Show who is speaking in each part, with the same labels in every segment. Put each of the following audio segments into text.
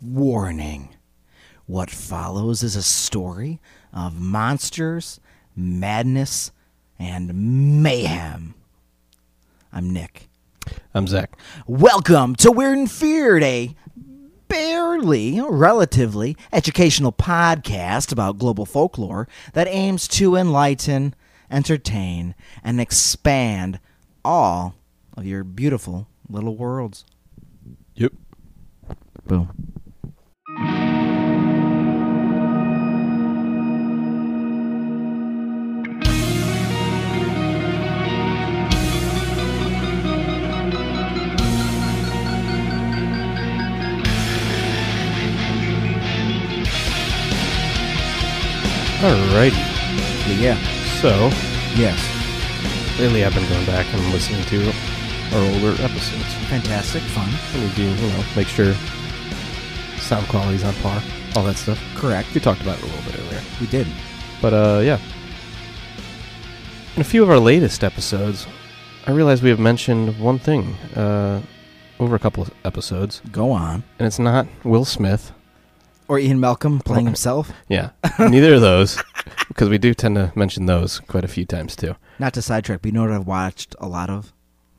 Speaker 1: Warning. What follows is a story of monsters, madness, and mayhem. I'm Nick.
Speaker 2: I'm Zach.
Speaker 1: Welcome to Weird and Feared, a barely, relatively educational podcast about global folklore that aims to enlighten, entertain, and expand all of your beautiful little worlds.
Speaker 2: Yep.
Speaker 1: Boom.
Speaker 2: Alrighty.
Speaker 1: Yeah.
Speaker 2: So
Speaker 1: Yes.
Speaker 2: lately, I've been going back and listening to our older episodes.
Speaker 1: Fantastic. Fun.
Speaker 2: And we do, you know, make sure sound quality's on par, all that stuff.
Speaker 1: Correct.
Speaker 2: We talked about it a little bit earlier,
Speaker 1: We did.
Speaker 2: but uh, yeah. In a few of our latest episodes, I realize we have mentioned one thing uh, over a couple of episodes,
Speaker 1: Go on.
Speaker 2: and it's not Will Smith.
Speaker 1: Or Ian Malcolm playing himself.
Speaker 2: Yeah, neither of those, because we do tend to mention those quite a few times too.
Speaker 1: Not to sidetrack, but you know what I've watched a lot of?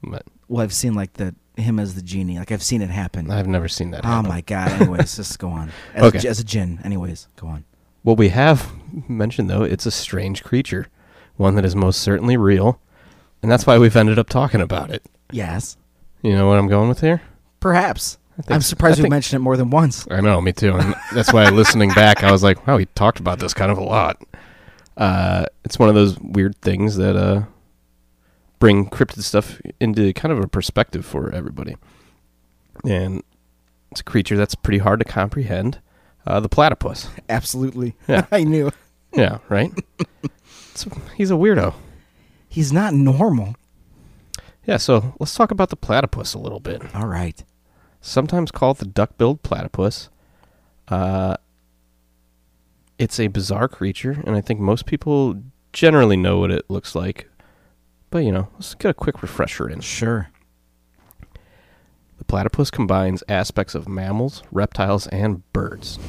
Speaker 2: But
Speaker 1: Well, I've seen like the him as the genie. Like I've seen it happen.
Speaker 2: I've never seen that.
Speaker 1: oh
Speaker 2: happen.
Speaker 1: my god. Anyways, just go on. As,
Speaker 2: Okay.
Speaker 1: a, as a gin. Anyways, go on.
Speaker 2: What we have mentioned, though, it's a strange creature, one that is most certainly real, and that's why we've ended up talking about it.
Speaker 1: Yes.
Speaker 2: You know what I'm going with here?
Speaker 1: Perhaps.
Speaker 2: think
Speaker 1: I'm
Speaker 2: so.
Speaker 1: surprised
Speaker 2: I
Speaker 1: we
Speaker 2: think-
Speaker 1: mentioned it more than once.
Speaker 2: I know, me too. And that's why listening back, I was like, wow, we talked about this kind of a lot. Uh, it's one of those weird things that uh, bring cryptid stuff into kind of a perspective for everybody. And it's a creature that's pretty hard to comprehend. Uh, the platypus.
Speaker 1: Absolutely.
Speaker 2: Yeah.
Speaker 1: I knew.
Speaker 2: Yeah, right? it's, he's a weirdo.
Speaker 1: He's not normal.
Speaker 2: Yeah, so let's talk about the platypus a little bit.
Speaker 1: All right.
Speaker 2: Sometimes called the duck-billed platypus. Uh, it's a bizarre creature, and I think most people generally know what it looks like. But you know, let's get a quick refresher in.
Speaker 1: Sure.
Speaker 2: The platypus combines aspects of mammals, reptiles, and birds.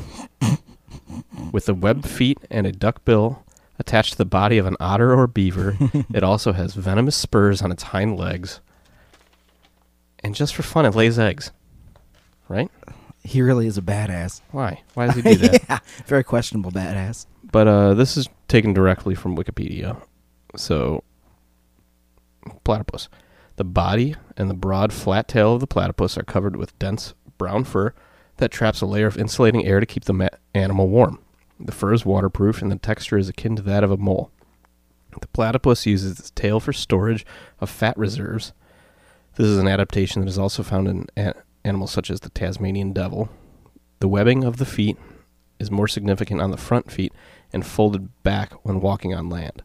Speaker 2: With a webbed feet and a duck bill attached to the body of an otter or beaver, it also has venomous spurs on its hind legs. And just for fun, it lays eggs. Right?
Speaker 1: He really is a badass.
Speaker 2: Why? Why does he do that?
Speaker 1: yeah. Very questionable badass.
Speaker 2: But uh, this is taken directly from Wikipedia. So, platypus. The body and the broad, flat tail of the platypus are covered with dense brown fur that traps a layer of insulating air to keep the ma- animal warm. The fur is waterproof and the texture is akin to that of a mole. The platypus uses its tail for storage of fat reserves. This is an adaptation that is also found in a- animals such as the Tasmanian devil. The webbing of the feet is more significant on the front feet and folded back when walking on land.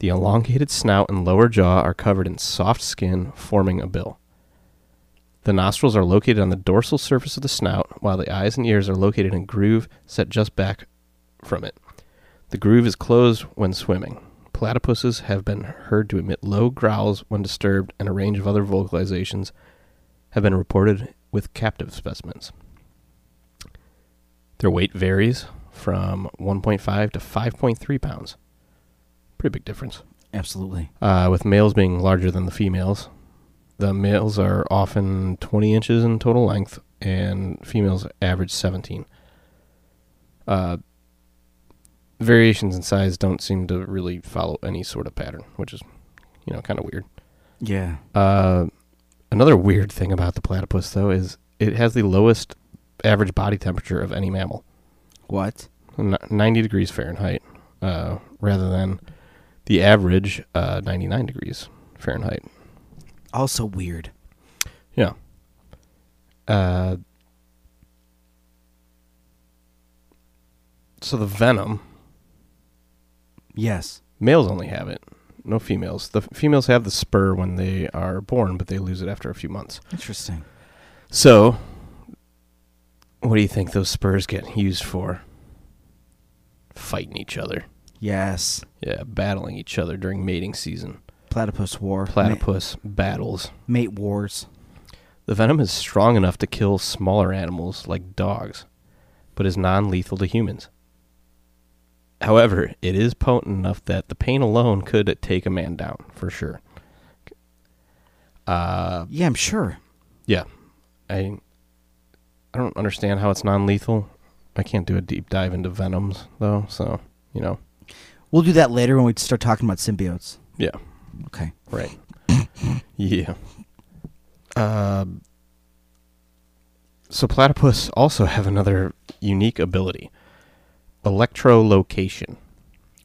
Speaker 2: The elongated snout and lower jaw are covered in soft skin, forming a bill. The nostrils are located on the dorsal surface of the snout, while the eyes and ears are located in a groove set just back from it. The groove is closed when swimming. Platypuses have been heard to emit low growls when disturbed, and a range of other vocalizations have been reported with captive specimens. Their weight varies from 1.5 to 5.3 pounds. Pretty big difference.
Speaker 1: Absolutely.
Speaker 2: Uh, with males being larger than the females, the males are often 20 inches in total length, and females average 17. Uh, variations in size don't seem to really follow any sort of pattern, which is, you know, kind of weird.
Speaker 1: Yeah.
Speaker 2: Uh, another weird thing about the platypus, though, is it has the lowest average body temperature of any mammal.
Speaker 1: What?
Speaker 2: n- 90 degrees Fahrenheit uh, rather than the average uh, 99 degrees Fahrenheit.
Speaker 1: Also weird.
Speaker 2: Yeah. Uh, so the venom,
Speaker 1: Yes.
Speaker 2: males only have it, no females. The f- females have the spur when they are born, but they lose it after a few months.
Speaker 1: Interesting.
Speaker 2: So, what do you think those spurs get used for? Fighting each other.
Speaker 1: Yes.
Speaker 2: Yeah, battling each other during mating season.
Speaker 1: Platypus war. Ma-
Speaker 2: platypus battles.
Speaker 1: mate wars.
Speaker 2: The venom is strong enough to kill smaller animals like dogs. but is non lethal to humans. However, it is potent enough that the pain alone could take a man down, for sure. Uh,
Speaker 1: Yeah, I'm sure.
Speaker 2: yeah. I I don't understand how it's non lethal. I can't do a deep dive into venoms though, so you know.
Speaker 1: We'll do that later when we start talking about symbiotes.
Speaker 2: Yeah.
Speaker 1: Okay.
Speaker 2: Right. yeah. Um, so platypus also have another unique ability, electrolocation.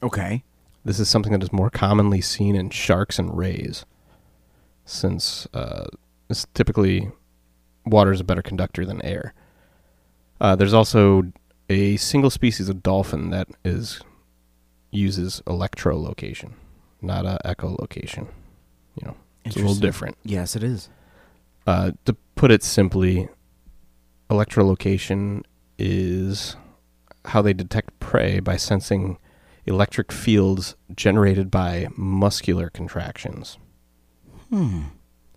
Speaker 1: Okay.
Speaker 2: This is something that is more commonly seen in sharks and rays, since uh, it's typically water is a better conductor than air. Uh, there's also a single species of dolphin that is uses electrolocation, not uh, echolocation. You know, it's a little
Speaker 1: Interesting.
Speaker 2: different.
Speaker 1: Yes, it is.
Speaker 2: Uh, to put it simply, electrolocation is how they detect prey by sensing electric fields generated by muscular contractions.
Speaker 1: Hmm.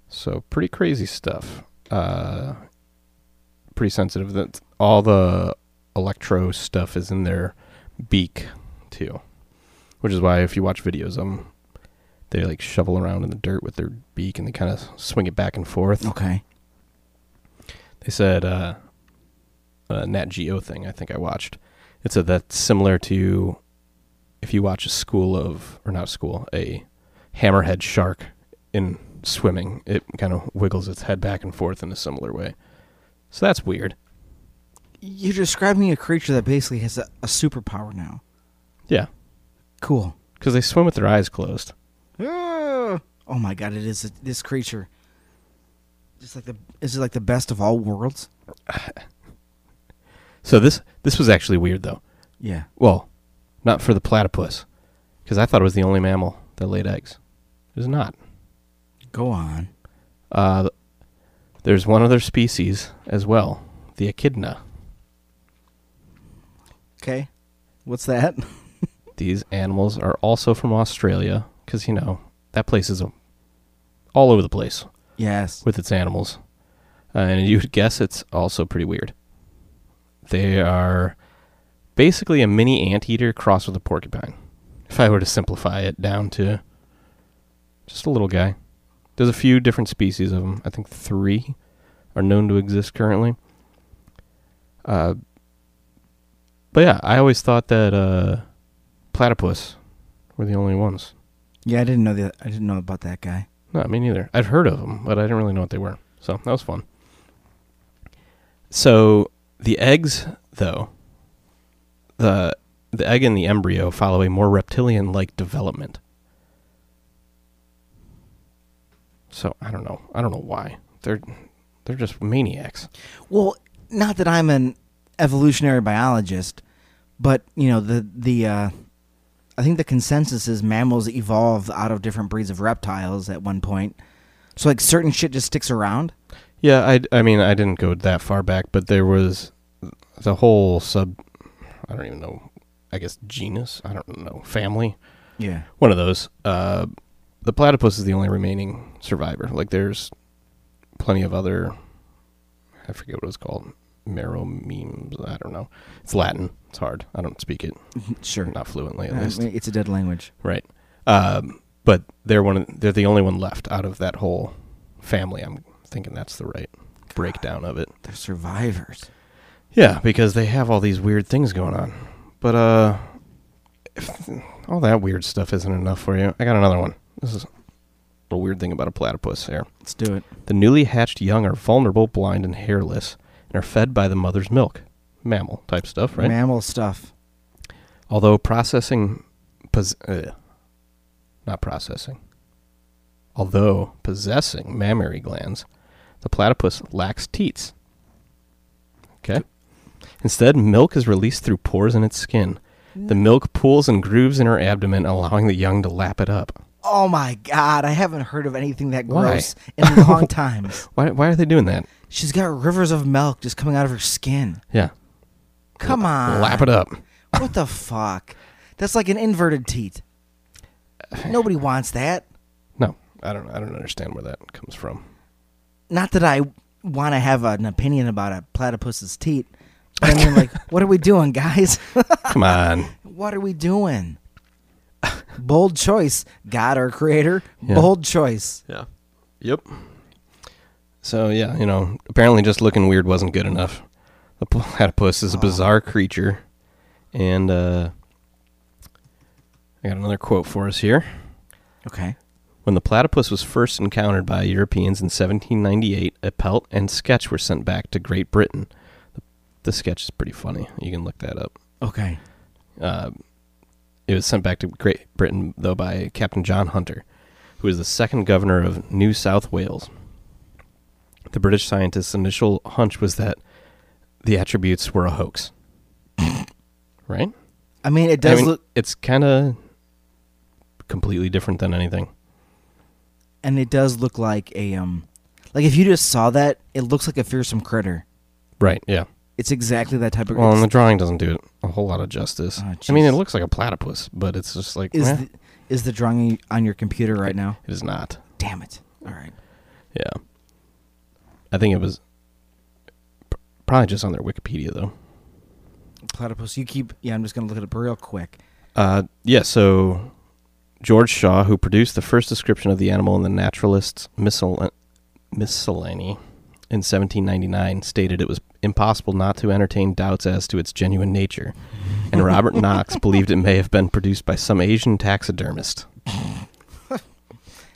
Speaker 2: So pretty crazy stuff. Uh, pretty sensitive. That all the electro stuff is in their beak too, which is why if you watch videos of them, they like shovel around in the dirt with their beak and they kind of swing it back and forth.
Speaker 1: Okay.
Speaker 2: They said uh, a Nat Geo thing I think I watched. It said that's similar to if you watch a school of or not a school a hammerhead shark in swimming, it kind of wiggles its head back and forth in a similar way. So that's weird.
Speaker 1: You're describing a creature that basically has a, a superpower now.
Speaker 2: Yeah,
Speaker 1: Cool.
Speaker 2: because they swim with their eyes closed.
Speaker 1: Ah. Oh my god! It is this creature. Just like the is it like the best of all worlds?
Speaker 2: So this this was actually weird though.
Speaker 1: Yeah.
Speaker 2: Well, not for the platypus, because I thought it was the only mammal that laid eggs. It was not.
Speaker 1: Go on.
Speaker 2: Uh, th- there's one other species as well, the echidna.
Speaker 1: Okay. What's that?
Speaker 2: These animals are also from Australia because you know that place is a, all over the place
Speaker 1: Yes.
Speaker 2: with its animals, uh, and you would guess it's also pretty weird. They are basically a mini anteater crossed with a porcupine. If I were to simplify it down to just a little guy, there's a few different species of them. I think three are known to exist currently. Uh, but yeah, I always thought that uh, platypus were the only ones.
Speaker 1: Yeah, I didn't know that. I didn't know about that guy.
Speaker 2: No, me neither. I'd heard of them, but I didn't really know what they were. So that was fun. So the eggs, though, the the egg and the embryo follow a more reptilian-like development. So I don't know. I don't know why they're they're just maniacs.
Speaker 1: Well, not that I'm an evolutionary biologist, but you know the the uh, I think the consensus is mammals evolved out of different breeds of reptiles at one point. So like certain shit just sticks around.
Speaker 2: Yeah, I, I mean I didn't go that far back, but there was the whole sub. I don't even know. I guess genus. I don't know family.
Speaker 1: Yeah.
Speaker 2: one of those. Uh, the platypus is the only remaining survivor. Like there's plenty of other. I forget what it's called. Marrow memes. I don't know. It's Latin. It's hard. I don't speak it.
Speaker 1: Mm-hmm. Sure.
Speaker 2: Not fluently, at
Speaker 1: Uh,
Speaker 2: least.
Speaker 1: it's a dead language.
Speaker 2: Right. Um, but they're one. Of, they're the only one left out of that whole family. I'm thinking that's the right breakdown of it.
Speaker 1: They're survivors.
Speaker 2: Yeah, because they have all these weird things going on. But uh if all that weird stuff isn't enough for you, I got another one. This is a weird thing about a platypus here.
Speaker 1: Let's do it.
Speaker 2: The newly hatched young are vulnerable, blind, and hairless, and are fed by the mother's milk. Mammal type stuff, right?
Speaker 1: Mammal stuff.
Speaker 2: Although processing, pos- uh, not processing. Although possessing mammary glands, the platypus lacks teats. Okay. Instead, milk is released through pores in its skin. The milk pools and grooves in her abdomen, allowing the young to lap it up.
Speaker 1: Oh my god, I haven't heard of anything that
Speaker 2: Why?
Speaker 1: gross in a long time.
Speaker 2: Why? Why are they doing that?
Speaker 1: She's got rivers of milk just coming out of her skin.
Speaker 2: Yeah.
Speaker 1: Come on.
Speaker 2: Lap it up.
Speaker 1: What the fuck? That's like an inverted teat. Nobody wants that.
Speaker 2: No, I don't. I don't understand where that comes from.
Speaker 1: Not that I want to have an opinion about a platypus's teat, And then like, what are we doing, guys?
Speaker 2: Come on.
Speaker 1: what are we doing? Bold choice, God our creator.
Speaker 2: Yeah.
Speaker 1: Bold choice.
Speaker 2: Yeah. Yep. So yeah, you know, apparently just looking weird wasn't good enough. The platypus is a bizarre creature, and uh, I got another quote for us here.
Speaker 1: Okay.
Speaker 2: When the platypus was first encountered by Europeans in 1798, a pelt and sketch were sent back to Great Britain. The, the sketch is pretty funny. You can look that up.
Speaker 1: Okay.
Speaker 2: Uh, it was sent back to Great Britain though by Captain John Hunter, who was the second governor of New South Wales. The British scientist's initial hunch was that the attributes were a hoax. right?
Speaker 1: I mean, it does
Speaker 2: I mean,
Speaker 1: look,
Speaker 2: it's kind of completely different than anything.
Speaker 1: and it does look like a um, like if you just saw that, it looks like a fearsome critter.
Speaker 2: Right, yeah.
Speaker 1: It's exactly that type of.
Speaker 2: Well, and the drawing doesn't do it a whole lot of justice.
Speaker 1: Oh,
Speaker 2: I mean, it
Speaker 1: jeez.
Speaker 2: looks like a platypus, but it's just like
Speaker 1: is
Speaker 2: eh,
Speaker 1: the, is the drawing on your computer right now?
Speaker 2: it is not.
Speaker 1: Damn it! All right.
Speaker 2: Yeah, I think it was p- probably just on their Wikipedia though.
Speaker 1: Platypus, you keep. Yeah, I'm just gonna look it up real quick.
Speaker 2: Uh, yeah, so George Shaw, who produced the first description of the animal in the Naturalist's Miscell- Miscellany in 1799, stated it was impossible not to entertain doubts as to its genuine nature, and Robert Knox believed it may have been produced by some Asian taxidermist.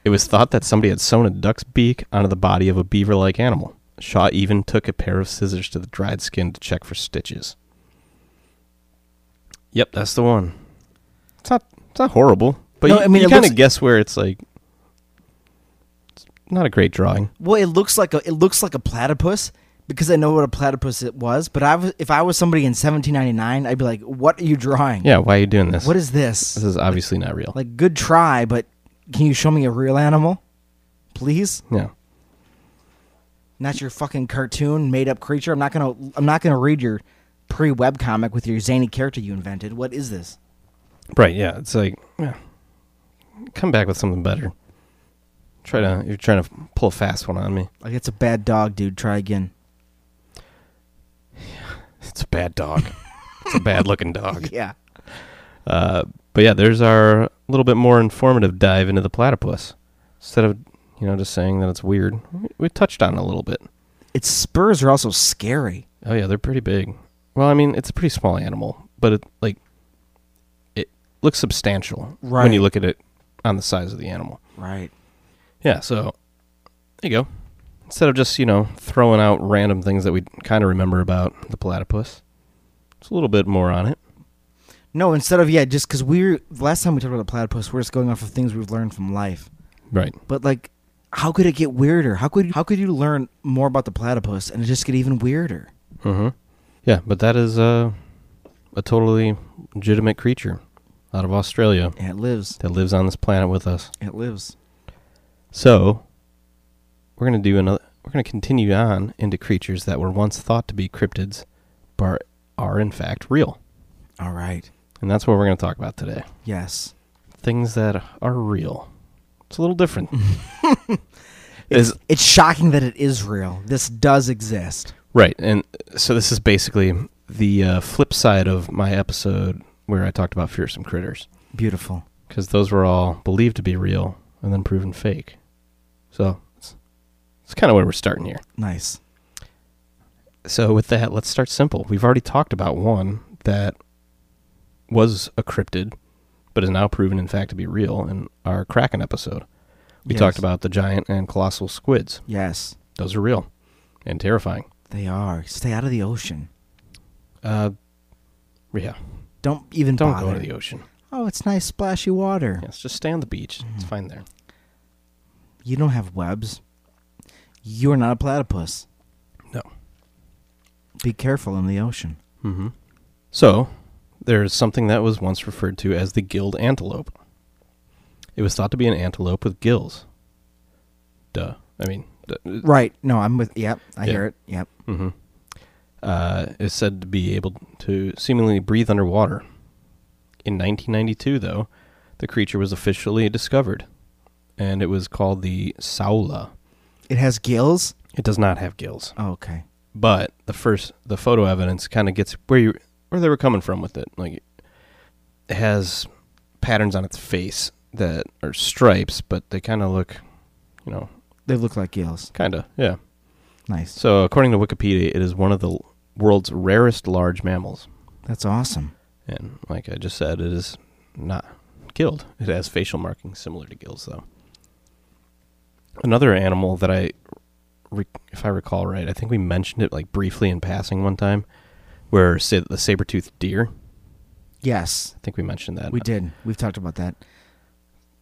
Speaker 2: it was thought that somebody had sewn a duck's beak onto the body of a beaver like animal. Shaw even took a pair of scissors to the dried skin to check for stitches. Yep, that's the one. It's not it's not horrible, but
Speaker 1: No,
Speaker 2: you,
Speaker 1: I mean,
Speaker 2: you
Speaker 1: it
Speaker 2: kind
Speaker 1: looks-
Speaker 2: of guess where it's like it's not a great drawing.
Speaker 1: Well, it looks like a it looks like a platypus because I know what a platypus it was. But I was if I was somebody in 1799, I'd be like, "What are you drawing?
Speaker 2: Yeah, why are you doing this?
Speaker 1: What is this?
Speaker 2: this is obviously not real.
Speaker 1: like, good try, but can you show me a real animal, please?
Speaker 2: yeah.
Speaker 1: Not your fucking cartoon made up creature. I'm not gonna I'm not gonna read your pre web comic with your zany character you invented. What is this?
Speaker 2: Right, yeah. It's like yeah. come back with something better. Try to you're trying to pull a fast one on me.
Speaker 1: Like, it's a bad dog, dude. Try again.
Speaker 2: It's a bad dog. it's a bad looking dog.
Speaker 1: Yeah.
Speaker 2: Uh, but yeah, there's our little bit more informative dive into the platypus. Instead of you know just saying that it's weird, we, we touched on it a little bit.
Speaker 1: Its spurs are also scary.
Speaker 2: Oh yeah, they're pretty big. Well, I mean, it's a pretty small animal, but it like it looks substantial when
Speaker 1: Right.
Speaker 2: you look at it on the size of the animal.
Speaker 1: Right.
Speaker 2: Yeah, so there you go. Instead of just, you know, throwing out random things that we kind of remember about the platypus, it's a little bit more on it.
Speaker 1: No, instead of yeah, just because we're last time we talked about a platypus, we're just going off of things we've learned from life.
Speaker 2: Right.
Speaker 1: But like, how could it get weirder? How could how could you learn more about the platypus and it just get even weirder?
Speaker 2: Mm-hmm. Yeah, but that is uh, a totally legitimate creature out of Australia
Speaker 1: And it lives.
Speaker 2: that lives on this planet with us.
Speaker 1: It lives.
Speaker 2: So we're gonna do another. We're gonna continue on into creatures that were once thought to be cryptids, but are in fact real,
Speaker 1: All right.
Speaker 2: and that's what we're gonna talk about today.
Speaker 1: Yes.
Speaker 2: Things that are real. It's a little different.
Speaker 1: It's,
Speaker 2: Is-
Speaker 1: it's shocking that it is real. This does exist.
Speaker 2: right, and so this is basically the uh, flip side of my episode where I talked about fearsome critters,
Speaker 1: Beautiful.
Speaker 2: because those were all believed to be real and then proven fake. So it's, it's kind of where we're starting here.
Speaker 1: Nice.
Speaker 2: So with that, let's start simple. We've already talked about one that was a cryptid, but is now proven in fact to be real in our Kraken episode. We
Speaker 1: Yes.
Speaker 2: talked about the giant and colossal squids.
Speaker 1: Yes,
Speaker 2: Those are real and terrifying.
Speaker 1: they are. Stay out of the ocean.
Speaker 2: Uh, yeah,
Speaker 1: Don't even
Speaker 2: don't
Speaker 1: bother.
Speaker 2: go to the ocean.
Speaker 1: oh, it's nice splashy water.
Speaker 2: Yes, just stay on the beach. It's fine there.
Speaker 1: You don't have webs. You're not a platypus.
Speaker 2: No.
Speaker 1: Be careful in the ocean.
Speaker 2: Mm-hmm. So, there's something that was once referred to as the gilled antelope. It was thought to be an antelope with gills. Duh. I mean, duh.
Speaker 1: Right. No, I'm with. Yep. I
Speaker 2: Yeah.
Speaker 1: hear it. Yep.
Speaker 2: Mm-hmm. Uh, is said to be able to seemingly breathe underwater. In 1992, though, the creature was officially discovered, and it was called the Saula.
Speaker 1: It has gills.
Speaker 2: It does not have gills.
Speaker 1: Oh, okay.
Speaker 2: but the first the photo evidence kind of gets where you where they were coming from with it like it has patterns on its face that are stripes but they kind of look you know
Speaker 1: They look like gills.
Speaker 2: kind of yeah
Speaker 1: Nice.
Speaker 2: so according to wikipedia it is one of the world's rarest large mammals
Speaker 1: That's awesome.
Speaker 2: and like i just said it is not gilled it has facial markings similar to gills though another animal that i re- if i recall right i think we mentioned it like briefly in passing one time where say the saber-toothed deer
Speaker 1: Yes,
Speaker 2: I think we mentioned that.
Speaker 1: we did. We've talked about that.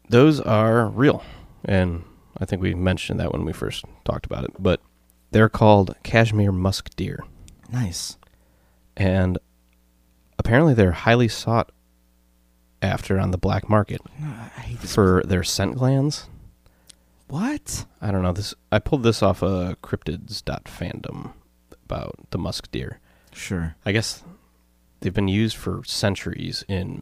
Speaker 2: Those are real. And I think we mentioned that when we first talked about it. But they're called Kashmir musk deer.
Speaker 1: Nice.
Speaker 2: And apparently they're highly sought after on the black market
Speaker 1: No, I hate this.
Speaker 2: for their scent glands.
Speaker 1: What?
Speaker 2: I don't know. This I pulled this off of cryptids.fandom about the musk deer.
Speaker 1: Sure.
Speaker 2: I guess they've been used for centuries in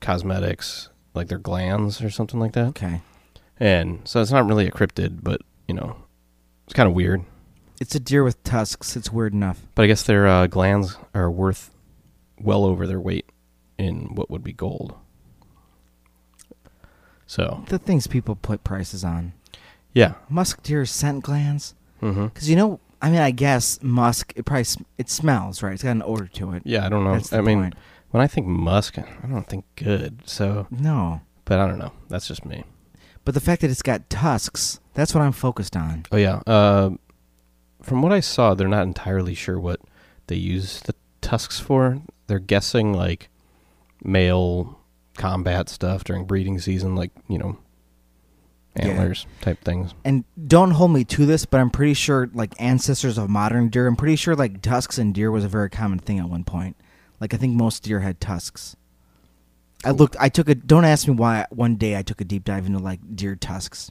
Speaker 2: cosmetics, like their glands or something like that.
Speaker 1: Okay.
Speaker 2: And so it's not really a cryptid, but you know, it's kind of weird.
Speaker 1: It's a deer with tusks. It's weird enough.
Speaker 2: But I guess their uh, glands are worth well over their weight in what would be gold. So
Speaker 1: The things people put prices on.
Speaker 2: yeah,
Speaker 1: Musk deer scent glands.
Speaker 2: mm-hmm.
Speaker 1: Because you know, I mean, I guess musk. It probably sm- it smells right. It's got an odor to it.
Speaker 2: yeah. I don't know.
Speaker 1: That's the
Speaker 2: I mean,
Speaker 1: point.
Speaker 2: when I think musk, I don't think good. So,
Speaker 1: No,
Speaker 2: but I don't know. That's just me.
Speaker 1: but the fact that it's got tusks. That's what I'm focused on.
Speaker 2: Oh yeah. Uh, from what I saw, they're not entirely sure what they use the tusks for. They're guessing like male combat stuff during breeding season, like you know,
Speaker 1: Yeah.
Speaker 2: antlers type things.
Speaker 1: and don't hold me to this, but I'm pretty sure like ancestors of modern deer. I'm pretty sure like tusks and deer was a very common thing at one point. Like I think most deer had tusks. I
Speaker 2: Cool.
Speaker 1: looked. I took a. Don't ask me why. One day I took a deep dive into like deer tusks.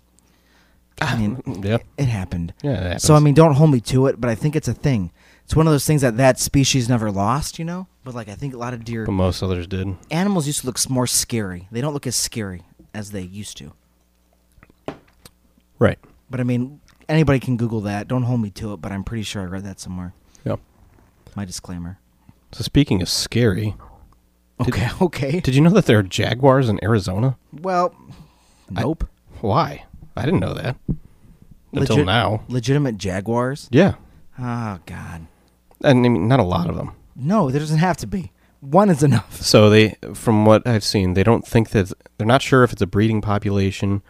Speaker 1: I mean,
Speaker 2: Mm, yeah,
Speaker 1: it happened.
Speaker 2: yeah. Ah. That happens.
Speaker 1: So I mean, don't hold me to it, but I think it's a thing. It's one of those things that that species never lost, you know. But like I think a lot of deer
Speaker 2: but most others did.
Speaker 1: animals used to look s- more scary. They don't look as scary as they used to.
Speaker 2: Right.
Speaker 1: But I mean, anybody can Google that. Don't hold me to it, but I'm pretty sure I read that somewhere.
Speaker 2: Yeah.
Speaker 1: My disclaimer.
Speaker 2: So speaking of scary, Did-
Speaker 1: Okay, okay.
Speaker 2: did you know that there are jaguars in Arizona?
Speaker 1: well, nope.
Speaker 2: Why? I didn't know that until
Speaker 1: Legit-
Speaker 2: now.
Speaker 1: Legitimate jaguars?
Speaker 2: Yeah,
Speaker 1: Oh, God.
Speaker 2: and I mean, not a lot of them.
Speaker 1: No, there doesn't have to be. One is enough.
Speaker 2: So they, from what I've seen, they don't think that they're not sure if it's a breeding population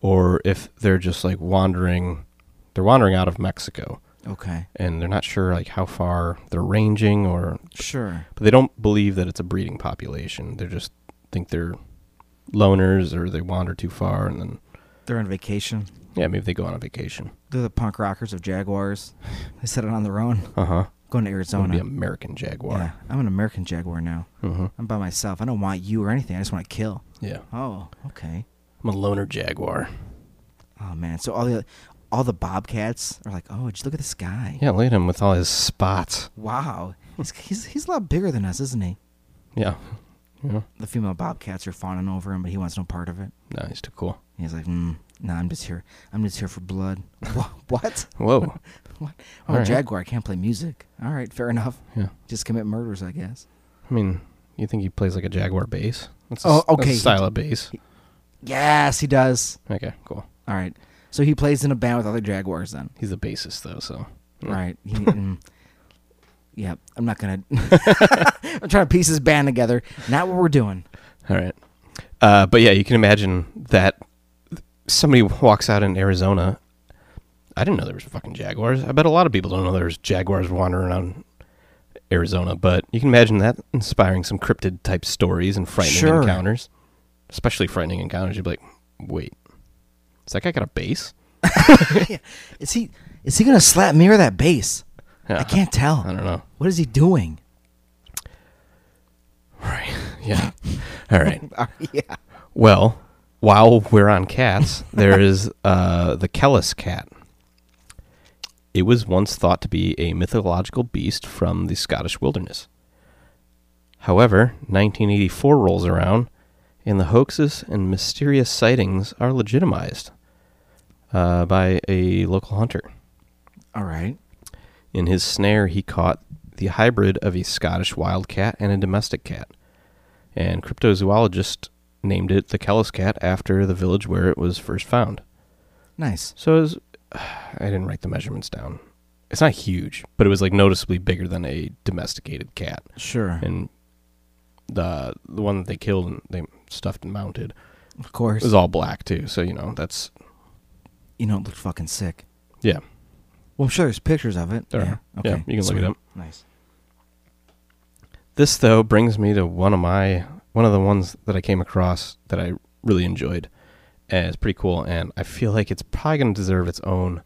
Speaker 2: or if they're just like wandering. They're wandering out of Mexico,
Speaker 1: Okay,
Speaker 2: and they're not sure like how far they're ranging, or
Speaker 1: sure.
Speaker 2: but they don't believe that it's a breeding population. They just think they're loners or they wander too far, and then
Speaker 1: They're on vacation.
Speaker 2: yeah, maybe they go on a vacation.
Speaker 1: They're the punk rockers of jaguars. They set it on their own.
Speaker 2: Uh huh.
Speaker 1: Going to
Speaker 2: That would
Speaker 1: Arizona.
Speaker 2: be American
Speaker 1: yeah,
Speaker 2: jaguar.
Speaker 1: I'm an American jaguar now.
Speaker 2: Yeah. hmm
Speaker 1: I'm by myself. I don't want you or anything. I just want to kill.
Speaker 2: yeah.
Speaker 1: Oh, okay.
Speaker 2: I'm a loner jaguar.
Speaker 1: Oh man. So all the all the bobcats are like, oh, just look at this guy.
Speaker 2: Yeah, look at him with all his spots.
Speaker 1: Wow. He's, he's, he's a lot bigger than us, isn't he?
Speaker 2: Yeah. Yeah.
Speaker 1: The female bobcats are fawning over him, but he wants no part of it.
Speaker 2: No, he's too cool.
Speaker 1: He's like, mm, nah, I'm just here. I'm just here for blood. Wha- what?
Speaker 2: Whoa.
Speaker 1: What?
Speaker 2: All
Speaker 1: Oh,
Speaker 2: right.
Speaker 1: Jaguar can't play music. All right, fair enough.
Speaker 2: Yeah.
Speaker 1: Just commit murders, I guess.
Speaker 2: I mean, you think he plays like a Jaguar bass? That's
Speaker 1: Oh,
Speaker 2: s- that's
Speaker 1: okay.
Speaker 2: a style of bass.
Speaker 1: Yes, he does.
Speaker 2: Okay, cool.
Speaker 1: All right. So he plays in a band with other Jaguars then.
Speaker 2: He's the bassist though, so Mm.
Speaker 1: Right. He, mm, yeah, I'm not going to. I'm trying to piece his band together. Not what we're doing.
Speaker 2: all right. Uh, but yeah, you can imagine that somebody walks out in Arizona. I didn't know there was fucking jaguars. I bet a lot of people don't know there's jaguars wandering around Arizona, but you can imagine that inspiring some cryptid type stories and frightening
Speaker 1: Sure.
Speaker 2: encounters, especially frightening encounters. You'd be like, wait, is that guy got a bass?
Speaker 1: Is he is he gonna slap me or that bass? I can't
Speaker 2: I
Speaker 1: tell.
Speaker 2: don't know.
Speaker 1: What is he doing?
Speaker 2: Right. Yeah. All right.
Speaker 1: yeah.
Speaker 2: Well, while we're on cats, there is uh, the Kellis cat. It was once thought to be a mythological beast from the Scottish wilderness. However, 1984 rolls around, and the hoaxes and mysterious sightings are legitimized uh, by a local hunter.
Speaker 1: All right.
Speaker 2: In In his snare, he caught the hybrid of a Scottish wildcat and a domestic cat. And cryptozoologists named it the Kellis cat after the village where it was first found.
Speaker 1: Nice.
Speaker 2: So it was, I didn't write the measurements down. It's not huge, but it was like noticeably bigger than a domesticated cat.
Speaker 1: Sure.
Speaker 2: And the the one that they killed and they stuffed and mounted
Speaker 1: Of course.
Speaker 2: was all black too. So you know that's
Speaker 1: You know, it looked fucking sick.
Speaker 2: yeah.
Speaker 1: Well, I'm sure there's pictures of it.
Speaker 2: There are. Yeah, you can look it
Speaker 1: Sweet.
Speaker 2: up.
Speaker 1: Nice.
Speaker 2: This though brings me to one of my one of the ones that I came across that I really enjoyed. And it's pretty cool, and I feel like it's probably going to deserve its own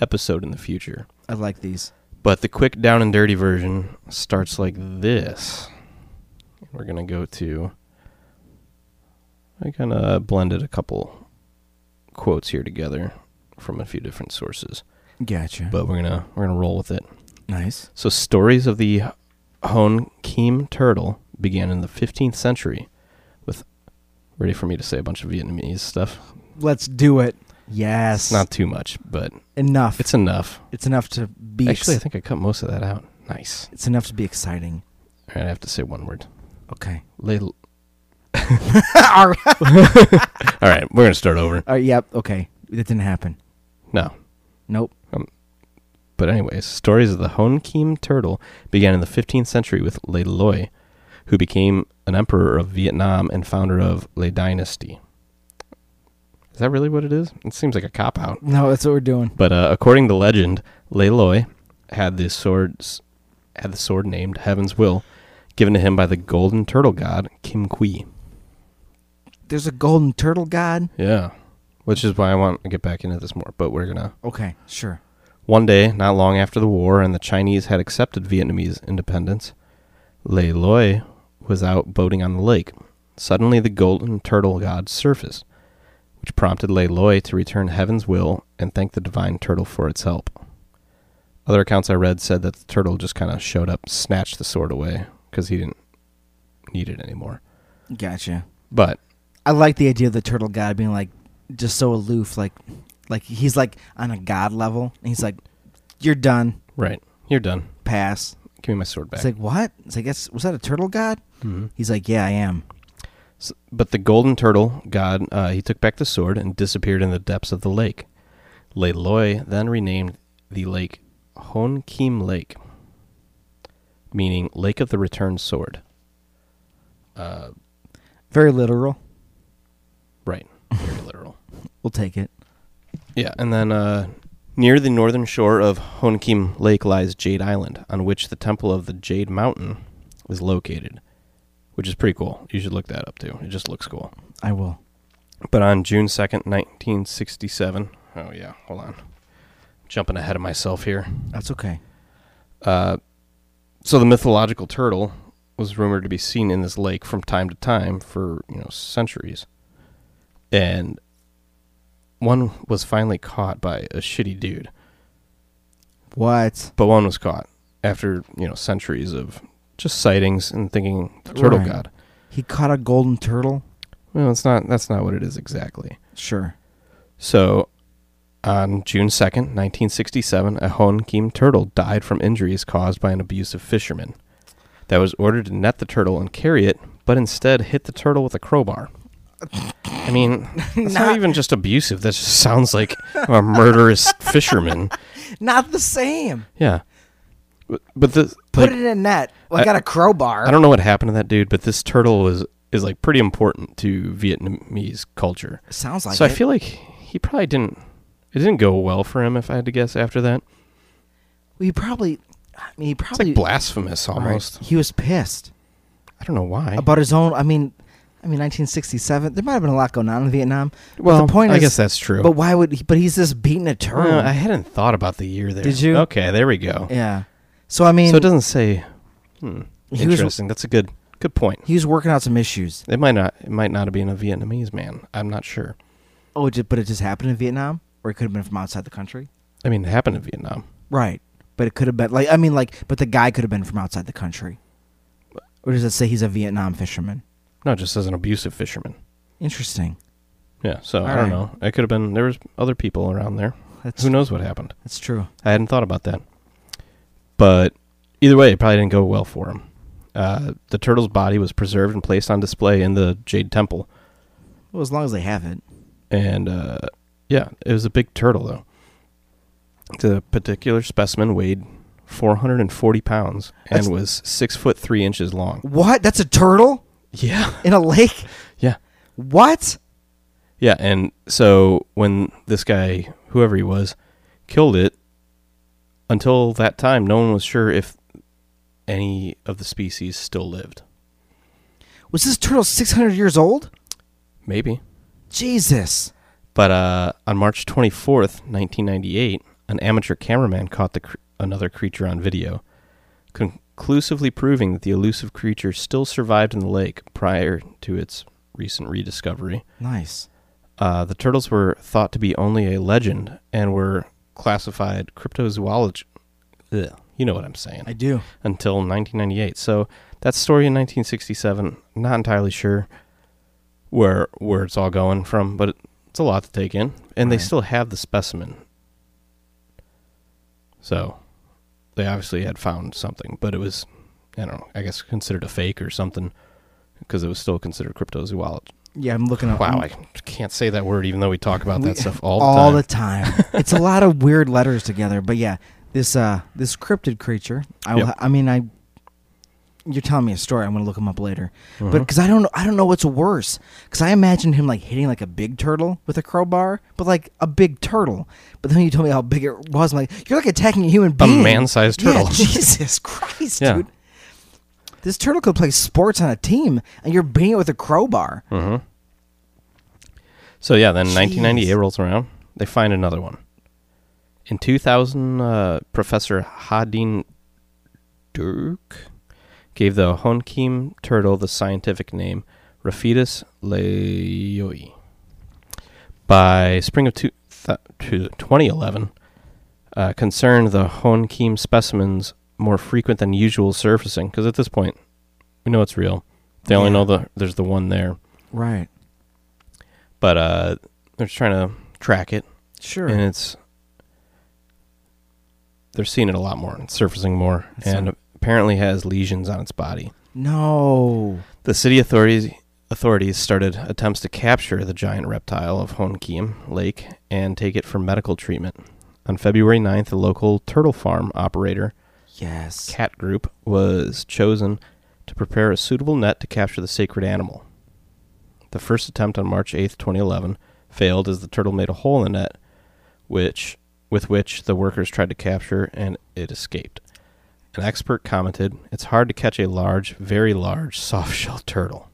Speaker 2: episode in the future.
Speaker 1: I like these.
Speaker 2: But the quick down and dirty version starts like this. We're gonna go to. I kind of blended a couple quotes here together from a few different sources,
Speaker 1: Gotcha.
Speaker 2: but we're gonna we're gonna roll with it.
Speaker 1: nice.
Speaker 2: So stories of the Honkim turtle began in the 15th century with ready for me to say a bunch of Vietnamese stuff.
Speaker 1: Let's do it. Yes.
Speaker 2: It's not too much, but
Speaker 1: enough.
Speaker 2: it's enough.
Speaker 1: It's enough to be.
Speaker 2: Actually, I
Speaker 1: ex-
Speaker 2: think I cut most of that out. Nice.
Speaker 1: it's enough to be exciting.
Speaker 2: All right, I have to say one word.
Speaker 1: Okay.
Speaker 2: Lel-
Speaker 1: all right.
Speaker 2: All right, we're gonna start over.
Speaker 1: All right, Yep. Okay. That didn't happen.
Speaker 2: No,
Speaker 1: Nope.
Speaker 2: but anyways, stories of the Honkim turtle began in the 15th century with Le Loi, who became an emperor of Vietnam and founder of Le Dynasty. Is that really what it is? It seems like a cop out.
Speaker 1: No, that's what we're doing.
Speaker 2: But uh, according to legend, Le Loi had the swords had the sword named Heaven's Will, given to him by the golden turtle god Kim Kui.
Speaker 1: There's a golden turtle god.
Speaker 2: Yeah, which is why I want to get back into this more. But we're gonna
Speaker 1: Okay. Sure.
Speaker 2: One day, not long after the war and the Chinese had accepted Vietnamese independence, Le Loi was out boating on the lake. Suddenly, the golden turtle god surfaced, which prompted Le Loi to return heaven's will and thank the divine turtle for its help. Other accounts I read said that the turtle just kind of showed up, snatched the sword away because he didn't need it anymore.
Speaker 1: Gotcha.
Speaker 2: But
Speaker 1: I like the idea of the turtle god being like just so aloof, like like he's like on a god level, and he's like, "You're done.
Speaker 2: right, you're done.
Speaker 1: Pass."
Speaker 2: Give me my sword back.
Speaker 1: It's like what? It's like that's was that a turtle god?
Speaker 2: Mhm.
Speaker 1: He's like, "Yeah, I am."
Speaker 2: S but the golden turtle god, uh, he took back the sword and disappeared in the depths of the lake. Le Loi then renamed the lake Hon Kim Lake, meaning Lake of the Returned Sword.
Speaker 1: Very literal.
Speaker 2: Right. Very literal.
Speaker 1: We'll take it.
Speaker 2: Yeah, and then uh, near the northern shore of Honkim Lake lies Jade Island, on which the temple of the Jade Mountain is located, which is pretty cool. You should look that up too. It just looks cool.
Speaker 1: I will.
Speaker 2: But on June 2nd, 1967, oh yeah, hold on. Jumping ahead of myself here.
Speaker 1: That's okay.
Speaker 2: Uh, so the mythological turtle was rumored to be seen in this lake from time to time for, you know, centuries. And one was finally caught by a shitty dude,
Speaker 1: What?
Speaker 2: but one was caught after, you know, centuries of just sightings and thinking the turtle
Speaker 1: Right.
Speaker 2: god.
Speaker 1: He caught a golden turtle?
Speaker 2: Well, it's not that's not what it is exactly.
Speaker 1: Sure.
Speaker 2: So, on June 2nd, 1967, a Honkim turtle died from injuries caused by an abusive fisherman that was ordered to net the turtle and carry it, but instead hit the turtle with a crowbar. I mean, it's not, even just abusive. That just sounds like a murderous fisherman.
Speaker 1: Not the same.
Speaker 2: Yeah. But- But the
Speaker 1: Put
Speaker 2: like,
Speaker 1: it in a net. Well, I,
Speaker 2: I-
Speaker 1: got a crowbar.
Speaker 2: I don't know what happened to that dude, but this turtle was is like pretty important to Vietnamese culture.
Speaker 1: Sounds like
Speaker 2: so
Speaker 1: it.
Speaker 2: I feel like he probably didn't. It didn't go well for him, if I had to guess. After that,
Speaker 1: well, he probably I mean he
Speaker 2: it's
Speaker 1: probably
Speaker 2: like blasphemous
Speaker 1: All right.
Speaker 2: almost.
Speaker 1: He was pissed
Speaker 2: I don't know why.
Speaker 1: about his own I mean I mean 1967 there might have been a lot going on in Vietnam. But
Speaker 2: well,
Speaker 1: the point
Speaker 2: I
Speaker 1: is
Speaker 2: guess that's true.
Speaker 1: but why would he but he's just beating a turtle.
Speaker 2: Well, I hadn't thought about the year there.
Speaker 1: Did you?
Speaker 2: Okay, there we go.
Speaker 1: yeah. So I mean
Speaker 2: so it doesn't say. Hmm,
Speaker 1: He was-
Speaker 2: interesting. that's a good good point.
Speaker 1: he was working out some issues.
Speaker 2: It might not. It might not have been a Vietnamese man. I'm not sure.
Speaker 1: Oh, it ju- but it just happened in Vietnam or it could have been from outside the country.
Speaker 2: I mean, it happened in Vietnam.
Speaker 1: Right. But it could have been like I mean like but the guy could have been from outside the country. Or does it say he's a Vietnam fisherman?
Speaker 2: No, it just as an abusive fisherman.
Speaker 1: Interesting.
Speaker 2: Yeah. So I
Speaker 1: All
Speaker 2: don't
Speaker 1: right.
Speaker 2: know. It could have been. There was other people around there.
Speaker 1: That's
Speaker 2: Who knows what happened?
Speaker 1: that's true.
Speaker 2: I hadn't thought about that. But either way, it probably didn't go well for him. Uh, the turtle's body was preserved and placed on display in the Jade Temple.
Speaker 1: Well, as long as they have it.
Speaker 2: And uh, yeah, it was a big turtle, though. The particular specimen weighed 440 pounds and
Speaker 1: That's-
Speaker 2: was six foot three inches long.
Speaker 1: What? That's a turtle
Speaker 2: Yeah.
Speaker 1: in a lake?
Speaker 2: Yeah.
Speaker 1: What?
Speaker 2: Yeah, and so when this guy, whoever he was, killed it, until that time, no one was sure if any of the species still lived.
Speaker 1: Was this turtle 600 years old?
Speaker 2: Maybe.
Speaker 1: Jesus.
Speaker 2: But uh, on March 24th, 1998, an amateur cameraman caught the cr- another creature on video, conclusively proving that the elusive creature still survived in the lake prior to its recent rediscovery.
Speaker 1: Nice.
Speaker 2: Uh, the turtles were thought to be only a legend and were classified cryptozoology. Ugh, you know what I'm saying.
Speaker 1: I do.
Speaker 2: until 1998. So that story in 1967, not entirely sure where where it's all going from, but it's a lot to take in, and they
Speaker 1: Right.
Speaker 2: still have the specimen. So they obviously had found something, but it was I don't know, I guess considered a fake or something because it was still considered cryptozoology.
Speaker 1: Yeah, I'm looking up.
Speaker 2: Wow, I can't say that word even though we talk about
Speaker 1: Mm-hmm. We-
Speaker 2: that stuff all,
Speaker 1: all
Speaker 2: the
Speaker 1: the
Speaker 2: time.
Speaker 1: time. it's a lot of weird letters together, but yeah, this uh this cryptid creature. I will,
Speaker 2: Yep.
Speaker 1: I mean I you're telling me a story. I'm going to look him up later. But
Speaker 2: Mhm.
Speaker 1: cuz I don't know I don't know what's worse cuz I imagined him like hitting like a big turtle with a crowbar, but like a big turtle. But then when you told me how big it was. I'm like, you're like attacking a human
Speaker 2: A
Speaker 1: being.
Speaker 2: man-sized turtle.
Speaker 1: Yeah, Jesus Christ,
Speaker 2: Yeah.
Speaker 1: dude. This turtle could play sports on a team and you're beating it with a crowbar.
Speaker 2: hmm So yeah, then
Speaker 1: Jeez.
Speaker 2: 1998 rolls around. They find another one. In 2000, uh, Professor Hadin Dirk gave the Honkim turtle the scientific name Raphitis leoi. By spring of two th- two- 2011, uh, concerned the Honkim specimens more frequent than usual surfacing because at this point, we know it's real. They only
Speaker 1: Yeah.
Speaker 2: know the there's the one there
Speaker 1: Right.
Speaker 2: but uh they're just trying to track it
Speaker 1: Sure.
Speaker 2: and it's they're seeing it a lot more and surfacing more
Speaker 1: That's
Speaker 2: and
Speaker 1: not-
Speaker 2: apparently has lesions on its body
Speaker 1: no.
Speaker 2: the city authorities authorities started attempts to capture the giant reptile of honkim lake and take it for medical treatment on february 9th a local turtle farm operator
Speaker 1: Yes.
Speaker 2: cat group was chosen to prepare a suitable net to capture the sacred animal. The first attempt on March 8th, 2011, failed as the turtle made a hole in the net, which with which the workers tried to capture and it escaped. An expert commented, "It's hard to catch a large, very large soft-shell turtle."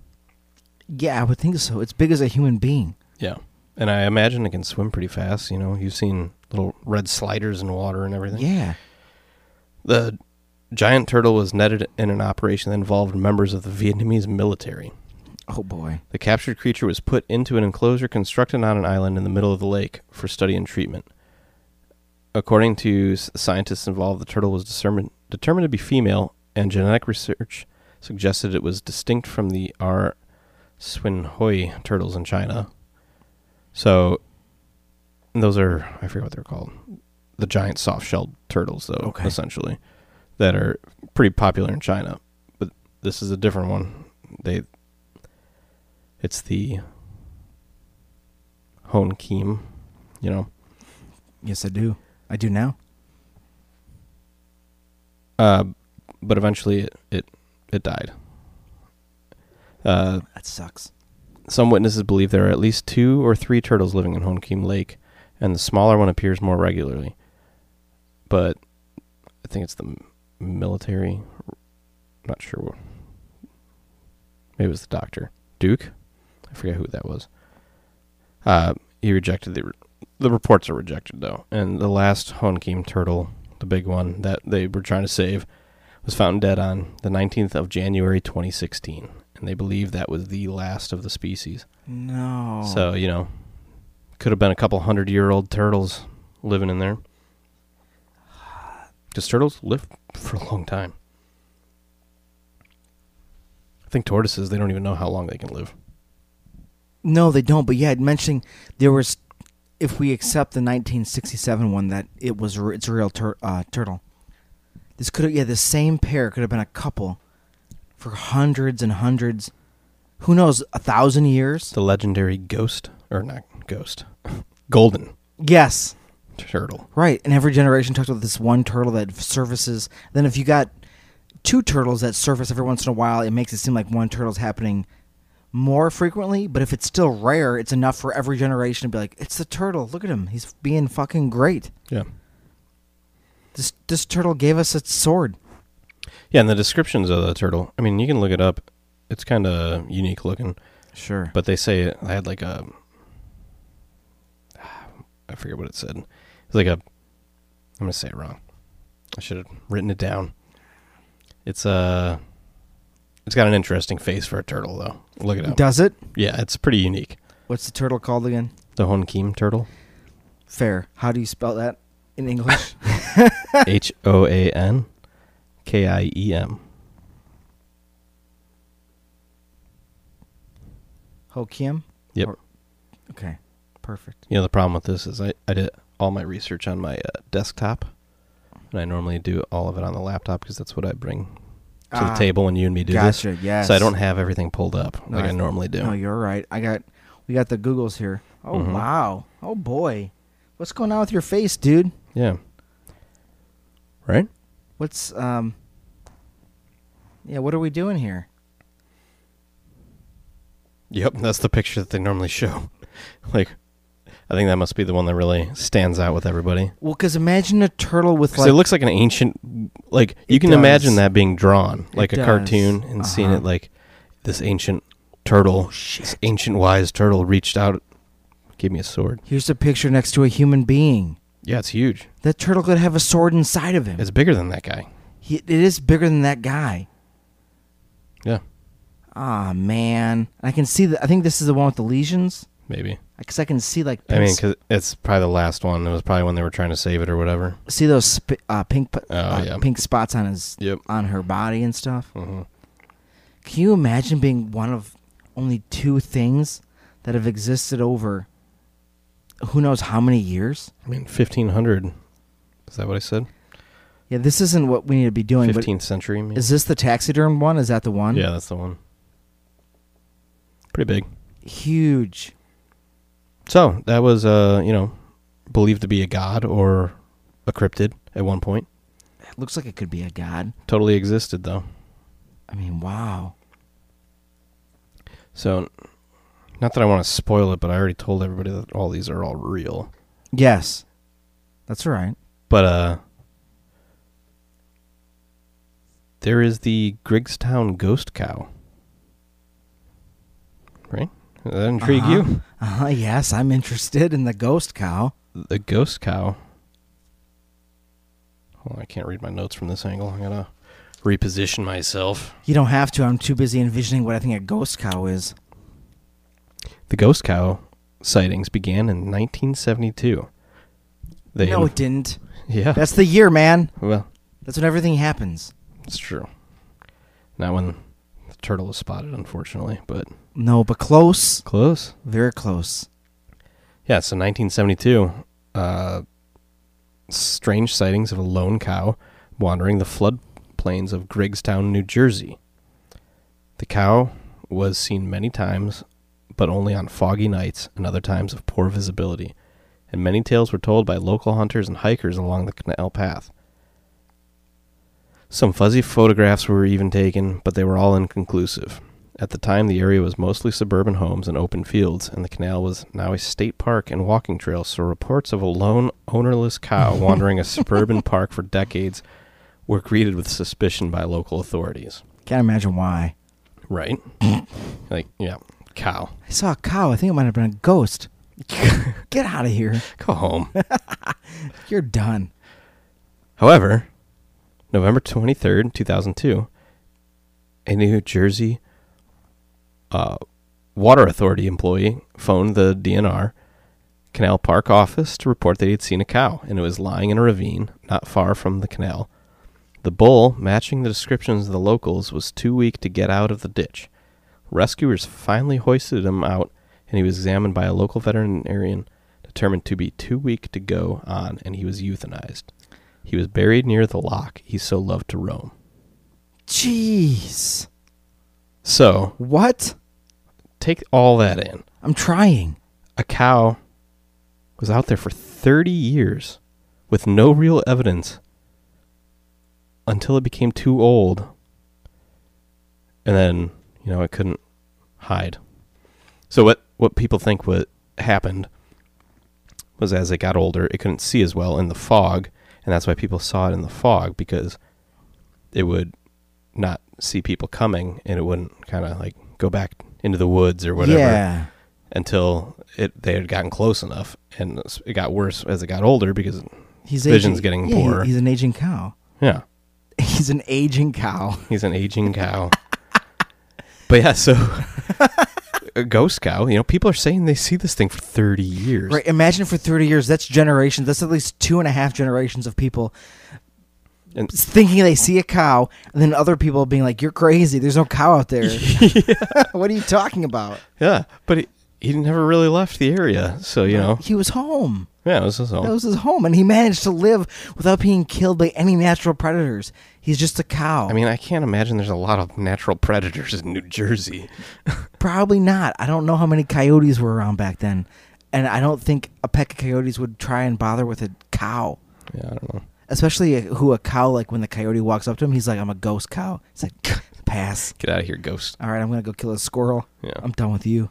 Speaker 1: Yeah, I would think so. It's big as a human being.
Speaker 2: Yeah. And I imagine it can swim pretty fast, you know. You've seen little red sliders in water and everything.
Speaker 1: Yeah.
Speaker 2: The giant turtle was netted in an operation that involved members of the Vietnamese military.
Speaker 1: Oh boy.
Speaker 2: The captured creature was put into an enclosure constructed on an island in the middle of the lake for study and treatment. According to s- scientists involved, the turtle was determined, determined to be female, and genetic research suggested it was distinct from the R. swinhoi turtles in China. So, those are, I forget what they're called, the giant soft shelled turtles, though,
Speaker 1: Okay.
Speaker 2: essentially, that are pretty popular in China. But this is a different one. They, it's the honkim, you know.
Speaker 1: Yes, I do. I do now.
Speaker 2: Uh, but eventually it it, it died. Uh,
Speaker 1: That sucks.
Speaker 2: some witnesses believe there are at least two or three turtles living in Honkim Lake, and the smaller one appears more regularly. But I think it's the m- military. not sure. What. Maybe it was the doctor. Duke? I forget who that was. Uh, he rejected the. The reports are rejected, though. And the last Honkim turtle, the big one that they were trying to save, was found dead on the 19th of January 2016. And they believe that was the last of the species.
Speaker 1: No.
Speaker 2: So, you know, could have been a couple hundred year old turtles living in there. Because turtles live for a long time. I think tortoises, they don't even know how long they can live.
Speaker 1: no, they don't. But yeah, mentioning there was, if we accept the 1967 one, that it was r- it's a real tur- uh, turtle. This could have, yeah, the same pair could have been a couple for hundreds and hundreds, who knows, a thousand years?
Speaker 2: The legendary ghost, or not ghost, golden
Speaker 1: Yes.
Speaker 2: turtle.
Speaker 1: Right, and every generation talks about this one turtle that surfaces. Then if you got two turtles that surface every once in a while, it makes it seem like one turtle's happening more frequently. But if it's still rare, it's enough for every generation to be like, "It's the turtle. Look at him. He's being fucking great.
Speaker 2: Yeah.
Speaker 1: This this turtle gave us its sword."
Speaker 2: Yeah, and the descriptions of the turtle, I mean, you can look it up. It's kind of unique looking,
Speaker 1: Sure,
Speaker 2: but they say it had like a. I forget what it said. It's like a. I'm going to say it wrong. I should have written it down. It's a. It's got an interesting face for a turtle, though. Look it up.
Speaker 1: does it?
Speaker 2: Yeah, it's pretty unique.
Speaker 1: What's the turtle called again?
Speaker 2: The Honkim turtle.
Speaker 1: Fair. How do you spell that in English?
Speaker 2: H O A N K I E M.
Speaker 1: Hokiem.
Speaker 2: Yep.
Speaker 1: Or- Okay, perfect.
Speaker 2: You know, the problem with this is I, I did all my research on my uh, desktop, and I normally do all of it on the laptop because that's what I bring to
Speaker 1: Ah,
Speaker 2: the table when you and me do
Speaker 1: gotcha.
Speaker 2: this.
Speaker 1: Yes.
Speaker 2: So I don't have everything pulled up
Speaker 1: No,
Speaker 2: like I,
Speaker 1: I-
Speaker 2: normally do.
Speaker 1: No, Oh, you're right. I got we got the Googles here. Oh
Speaker 2: Mhm.
Speaker 1: wow. Oh boy. What's going on with your face, dude?
Speaker 2: yeah. Right?
Speaker 1: What's um Yeah, what are we doing here?
Speaker 2: Yep. That's the picture that they normally show. like, I think that must be the one that really stands out with everybody.
Speaker 1: Well, cuz imagine a turtle with
Speaker 2: 'Cause
Speaker 1: like
Speaker 2: it looks like an ancient, like you
Speaker 1: It
Speaker 2: can
Speaker 1: does.
Speaker 2: imagine that being drawn, like a
Speaker 1: does.
Speaker 2: cartoon, and seeing
Speaker 1: Uh-huh. Oh,
Speaker 2: it like this ancient turtle, this ancient wise turtle reached out, gave me a sword.
Speaker 1: Here's a picture next to a human being.
Speaker 2: Yeah, it's huge.
Speaker 1: That turtle could have a sword inside of him.
Speaker 2: It's bigger than that guy.
Speaker 1: He, it is bigger than that guy.
Speaker 2: Yeah,
Speaker 1: Ah, man. I can see that I think this is the one with the lesions
Speaker 2: maybe.
Speaker 1: cuz I can see like
Speaker 2: I mean,
Speaker 1: pins-
Speaker 2: because it's probably the last one. It was probably when they were trying to save it or whatever.
Speaker 1: see those sp- uh, pink p-
Speaker 2: Oh,
Speaker 1: uh,
Speaker 2: yeah.
Speaker 1: pink spots on his
Speaker 2: Yep.
Speaker 1: on her body and stuff.
Speaker 2: Mhm.
Speaker 1: Can you imagine being one of only two things that have existed over who knows how many years?
Speaker 2: I mean, fifteen hundred. Is that what I said?
Speaker 1: Yeah, this isn't what we need to be doing.
Speaker 2: Fifteenth century. Maybe?
Speaker 1: But is this the taxiderm one? Is that the one?
Speaker 2: yeah, that's the one. Pretty big.
Speaker 1: Huge.
Speaker 2: So that was, uh, you know, believed to be a god or a cryptid at one point.
Speaker 1: It looks like it could be a god.
Speaker 2: Totally existed though.
Speaker 1: I mean, wow.
Speaker 2: So, not that I want to spoil it, but I already told everybody that all these are all real.
Speaker 1: Yes. That's all right.
Speaker 2: But uh, there is the Griggstown ghost cow. Right? Does that intrigue
Speaker 1: Uh-huh. Uh, yes, I'm interested in the ghost cow.
Speaker 2: you? The ghost cow. Hold on, I can't read my notes from this angle. I gotta reposition myself.
Speaker 1: You don't have to. I'm too busy envisioning what I think a ghost cow is.
Speaker 2: The ghost cow sightings began in 1972. They
Speaker 1: no, it didn't.
Speaker 2: yeah.
Speaker 1: That's the year, man.
Speaker 2: well,
Speaker 1: That's when everything happens.
Speaker 2: it's true. Not when the turtle was spotted, unfortunately, but
Speaker 1: No, but close.
Speaker 2: close.
Speaker 1: Very close.
Speaker 2: Yeah. So 1972, uh, strange sightings of a lone cow wandering the floodplains of Griggstown, New Jersey. The cow was seen many times, but only on foggy nights and other times of poor visibility, and many tales were told by local hunters and hikers along the canal path. Some fuzzy photographs were even taken, but they were all inconclusive. At the time, the area was mostly suburban homes and open fields, and the canal was now a state park and walking trail, so reports of a lone, ownerless cow wandering a suburban park for decades were greeted with suspicion by local authorities.
Speaker 1: Can't imagine why.
Speaker 2: Right? like, yeah, cow.
Speaker 1: I saw a cow. I think it might have been a ghost. Get out of here.
Speaker 2: Go home.
Speaker 1: You're done.
Speaker 2: However, November 23rd, 2002, a New Jersey uh, Water Authority employee phoned the DNR Canal Park office to report that he had seen a cow, and it was lying in a ravine not far from the canal. The bull, matching the descriptions of the locals, was too weak to get out of the ditch. Rescuers finally hoisted him out, and he was examined by a local veterinarian, determined to be too weak to go on, and he was euthanized. He was buried near the lock he so loved to roam.
Speaker 1: Jeez.
Speaker 2: So
Speaker 1: What?
Speaker 2: take all that in.
Speaker 1: I'm trying.
Speaker 2: A cow was out there for 30 years with no real evidence until it became too old. And then, you know, it couldn't hide. So what what people think what happened was as it got older, it couldn't see as well in the fog, and that's why people saw it in the fog because it would not see people coming and it wouldn't kind of like go back into the woods or whatever
Speaker 1: Yeah.
Speaker 2: until it they had gotten close enough, and it got worse as it got older because
Speaker 1: He's
Speaker 2: Vision's
Speaker 1: aging-
Speaker 2: getting
Speaker 1: yeah, he-
Speaker 2: poorer.
Speaker 1: He's an aging cow.
Speaker 2: yeah,
Speaker 1: He's an aging cow.
Speaker 2: he's an aging cow. but yeah, so a ghost cow. You know, people are saying they see this thing for thirty years.
Speaker 1: Right. Imagine for 30 years, that's generations. That's at least two and a half generations of people
Speaker 2: And-
Speaker 1: thinking they see a cow, and then other people being like, You're crazy. There's no cow out there. what are you talking about?
Speaker 2: Yeah, but he, he never really left the area, so you know,
Speaker 1: He was home.
Speaker 2: yeah, it was his
Speaker 1: Oh. That
Speaker 2: own.
Speaker 1: was his home, and he managed to live without being killed by any natural predators. He's just a cow.
Speaker 2: I mean, I can't imagine there's a lot of natural predators in New Jersey.
Speaker 1: Probably not. I don't know how many coyotes were around back then, and I don't think a pack of coyotes would try and bother with a cow,
Speaker 2: Yeah, I don't know.
Speaker 1: especially a, who a cow like when the coyote walks up to him, he's like, "I'm a ghost cow." It's like, pass.
Speaker 2: Get out of here, ghost.
Speaker 1: All right, I'm gonna go kill a squirrel.
Speaker 2: Yeah.
Speaker 1: I'm done with you.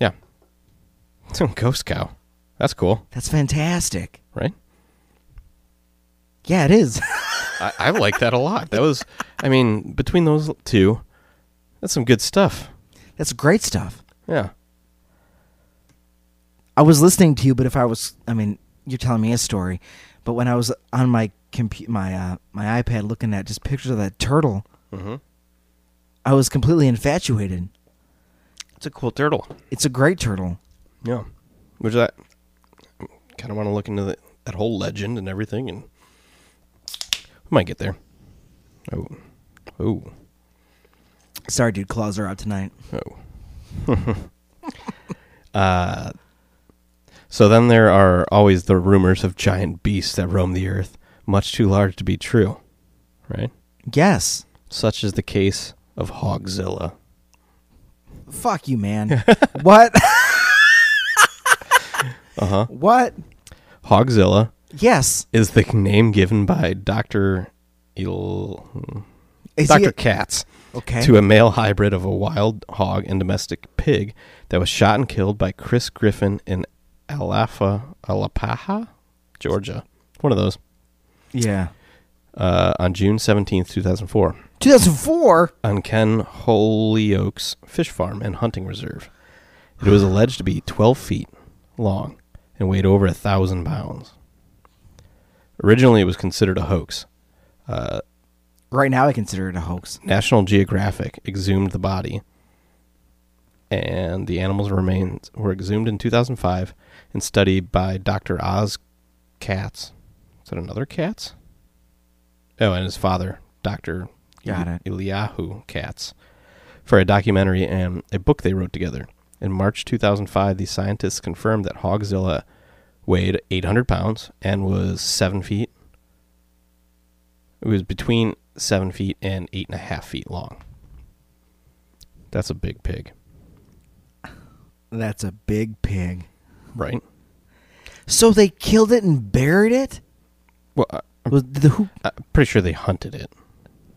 Speaker 2: Yeah, it's a ghost cow. That's cool,
Speaker 1: That's fantastic.
Speaker 2: right?
Speaker 1: Yeah, it is.
Speaker 2: I, I like that a lot. That was, I mean, between those two, that's some good stuff.
Speaker 1: That's great stuff.
Speaker 2: Yeah.
Speaker 1: I was listening to you, but if I was, I mean, you're telling me a story, but when I was on my compu- my uh, my iPad looking at just pictures of that turtle,
Speaker 2: Mm-hmm.
Speaker 1: I was completely infatuated.
Speaker 2: It's a cool turtle.
Speaker 1: It's a great turtle.
Speaker 2: Yeah. Which I kind of want to look into the, that whole legend and everything, and we might get there. Oh, oh,
Speaker 1: Sorry, dude. Claws are out tonight.
Speaker 2: oh. uh, so then there are always the rumors of giant beasts that roam the earth, much too large to be true, right?
Speaker 1: Yes.
Speaker 2: Such is the case of Hogzilla.
Speaker 1: Fuck you, man. what?
Speaker 2: Uh huh.
Speaker 1: what?
Speaker 2: Hogzilla
Speaker 1: Yes.
Speaker 2: is the name given by Doctor El-
Speaker 1: Is he-
Speaker 2: Doctor Katz
Speaker 1: okay.
Speaker 2: to a male hybrid of a wild hog and domestic pig that was shot and killed by Chris Griffin in Alafa Alapaha, Georgia. One of those
Speaker 1: yeah.
Speaker 2: uh, on June seventeenth, two thousand four,
Speaker 1: 2004.
Speaker 2: on Ken Holyoke's fish farm and hunting reserve. It was alleged to be twelve feet long and weighed over a thousand pounds. Originally, it was considered a hoax. Uh,
Speaker 1: Right now, I consider it a hoax.
Speaker 2: National Geographic exhumed the body, and the animal's remains were exhumed in 2005 and studied by Dr. Oz Katz. Is that another Katz? Oh, and his father, Dr.
Speaker 1: Got
Speaker 2: Eli-
Speaker 1: it.
Speaker 2: Eliyahu Katz, for a documentary and a book they wrote together. In March 2005, the scientists confirmed that Hogzilla weighed 800 pounds and was 7 feet it was between seven feet and eight and a half feet long. That's a big pig,
Speaker 1: That's a big pig.
Speaker 2: right?
Speaker 1: So they killed it and buried it?
Speaker 2: Well, I-
Speaker 1: Was the who?
Speaker 2: I'm pretty sure they hunted it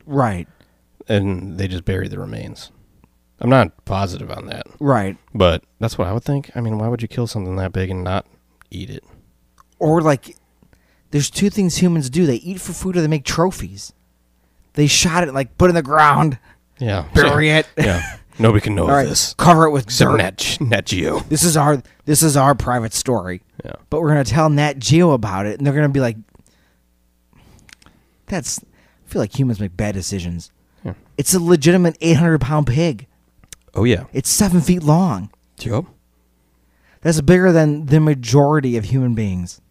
Speaker 1: Right.
Speaker 2: and they just buried the remains. I'm not positive on that,
Speaker 1: Right.
Speaker 2: but that's what I would think. I mean, why would you kill something that big and not eat it?
Speaker 1: Or like, there's two things humans do: they eat for food, or they make trophies. They shot it, like put it in the ground,
Speaker 2: Yeah,
Speaker 1: bury it.
Speaker 2: Yeah, nobody can know
Speaker 1: All right,
Speaker 2: this.
Speaker 1: cover it with
Speaker 2: Except
Speaker 1: dirt.
Speaker 2: Nat, Ge- Nat Geo.
Speaker 1: This is our this is our private story.
Speaker 2: Yeah,
Speaker 1: but we're gonna tell Nat Geo about it, and they're gonna be like, "That's." I feel like humans make bad decisions.
Speaker 2: Yeah.
Speaker 1: It's a legitimate 800 pound pig.
Speaker 2: Oh yeah.
Speaker 1: It's seven feet long.
Speaker 2: Yep.
Speaker 1: That's bigger than the majority of human beings.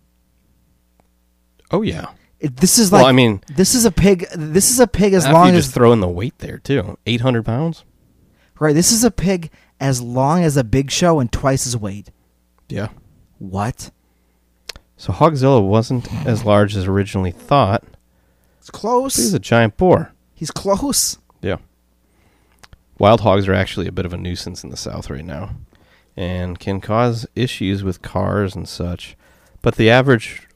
Speaker 2: Oh yeah.
Speaker 1: It, this is like.
Speaker 2: Well, I mean,
Speaker 1: this is a pig. This is a pig as
Speaker 2: after
Speaker 1: long
Speaker 2: you
Speaker 1: as
Speaker 2: just throw in the weight there too, 800 pounds.
Speaker 1: right. This is a pig as long as a Big Show and twice his weight.
Speaker 2: Yeah.
Speaker 1: What?
Speaker 2: So Hogzilla wasn't as large as originally thought.
Speaker 1: It's
Speaker 2: But he's
Speaker 1: close.
Speaker 2: a giant boar.
Speaker 1: He's close.
Speaker 2: Yeah. Wild hogs are actually a bit of a nuisance in the South right now and can cause issues with cars and such. But the average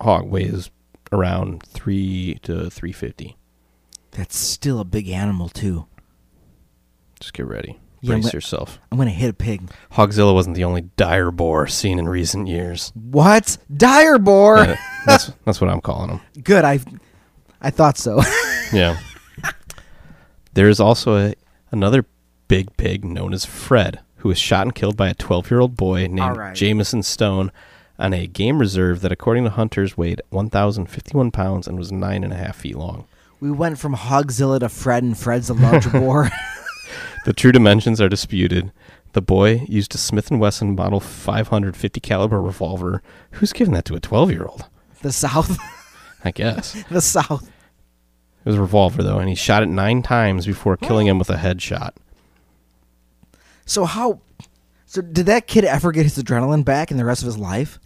Speaker 2: hog weighs around 3 to 350.
Speaker 1: That's still a big animal too.
Speaker 2: Just get ready.
Speaker 1: Yeah,
Speaker 2: Brace
Speaker 1: but-
Speaker 2: yourself.
Speaker 1: I'm gonna hit a pig.
Speaker 2: Hogzilla wasn't the only dire boar seen in recent years.
Speaker 1: What? Dire boar.
Speaker 2: Yeah, that's that's what I'm calling them.
Speaker 1: Good. I, I thought so.
Speaker 2: Yeah. There is also a, another big pig known as Fred, who was shot and killed by a 12 year old boy named
Speaker 1: right.
Speaker 2: Jameson Stone on a game reserve that, according to hunters, weighed 1,051 pounds and was nine and a half feet long.
Speaker 1: we went from Hogzilla to Fred, and Fred's the larger boar.
Speaker 2: The true dimensions are disputed. The boy used a Smith & Wesson Model 550 caliber revolver. Who's giving that to a 12 year old?
Speaker 1: The South.
Speaker 2: I guess. it
Speaker 1: The South.
Speaker 2: was a revolver, though, and he shot it nine times before killing him with a headshot.
Speaker 1: So how? So did that kid ever get his adrenaline back in the rest of his life?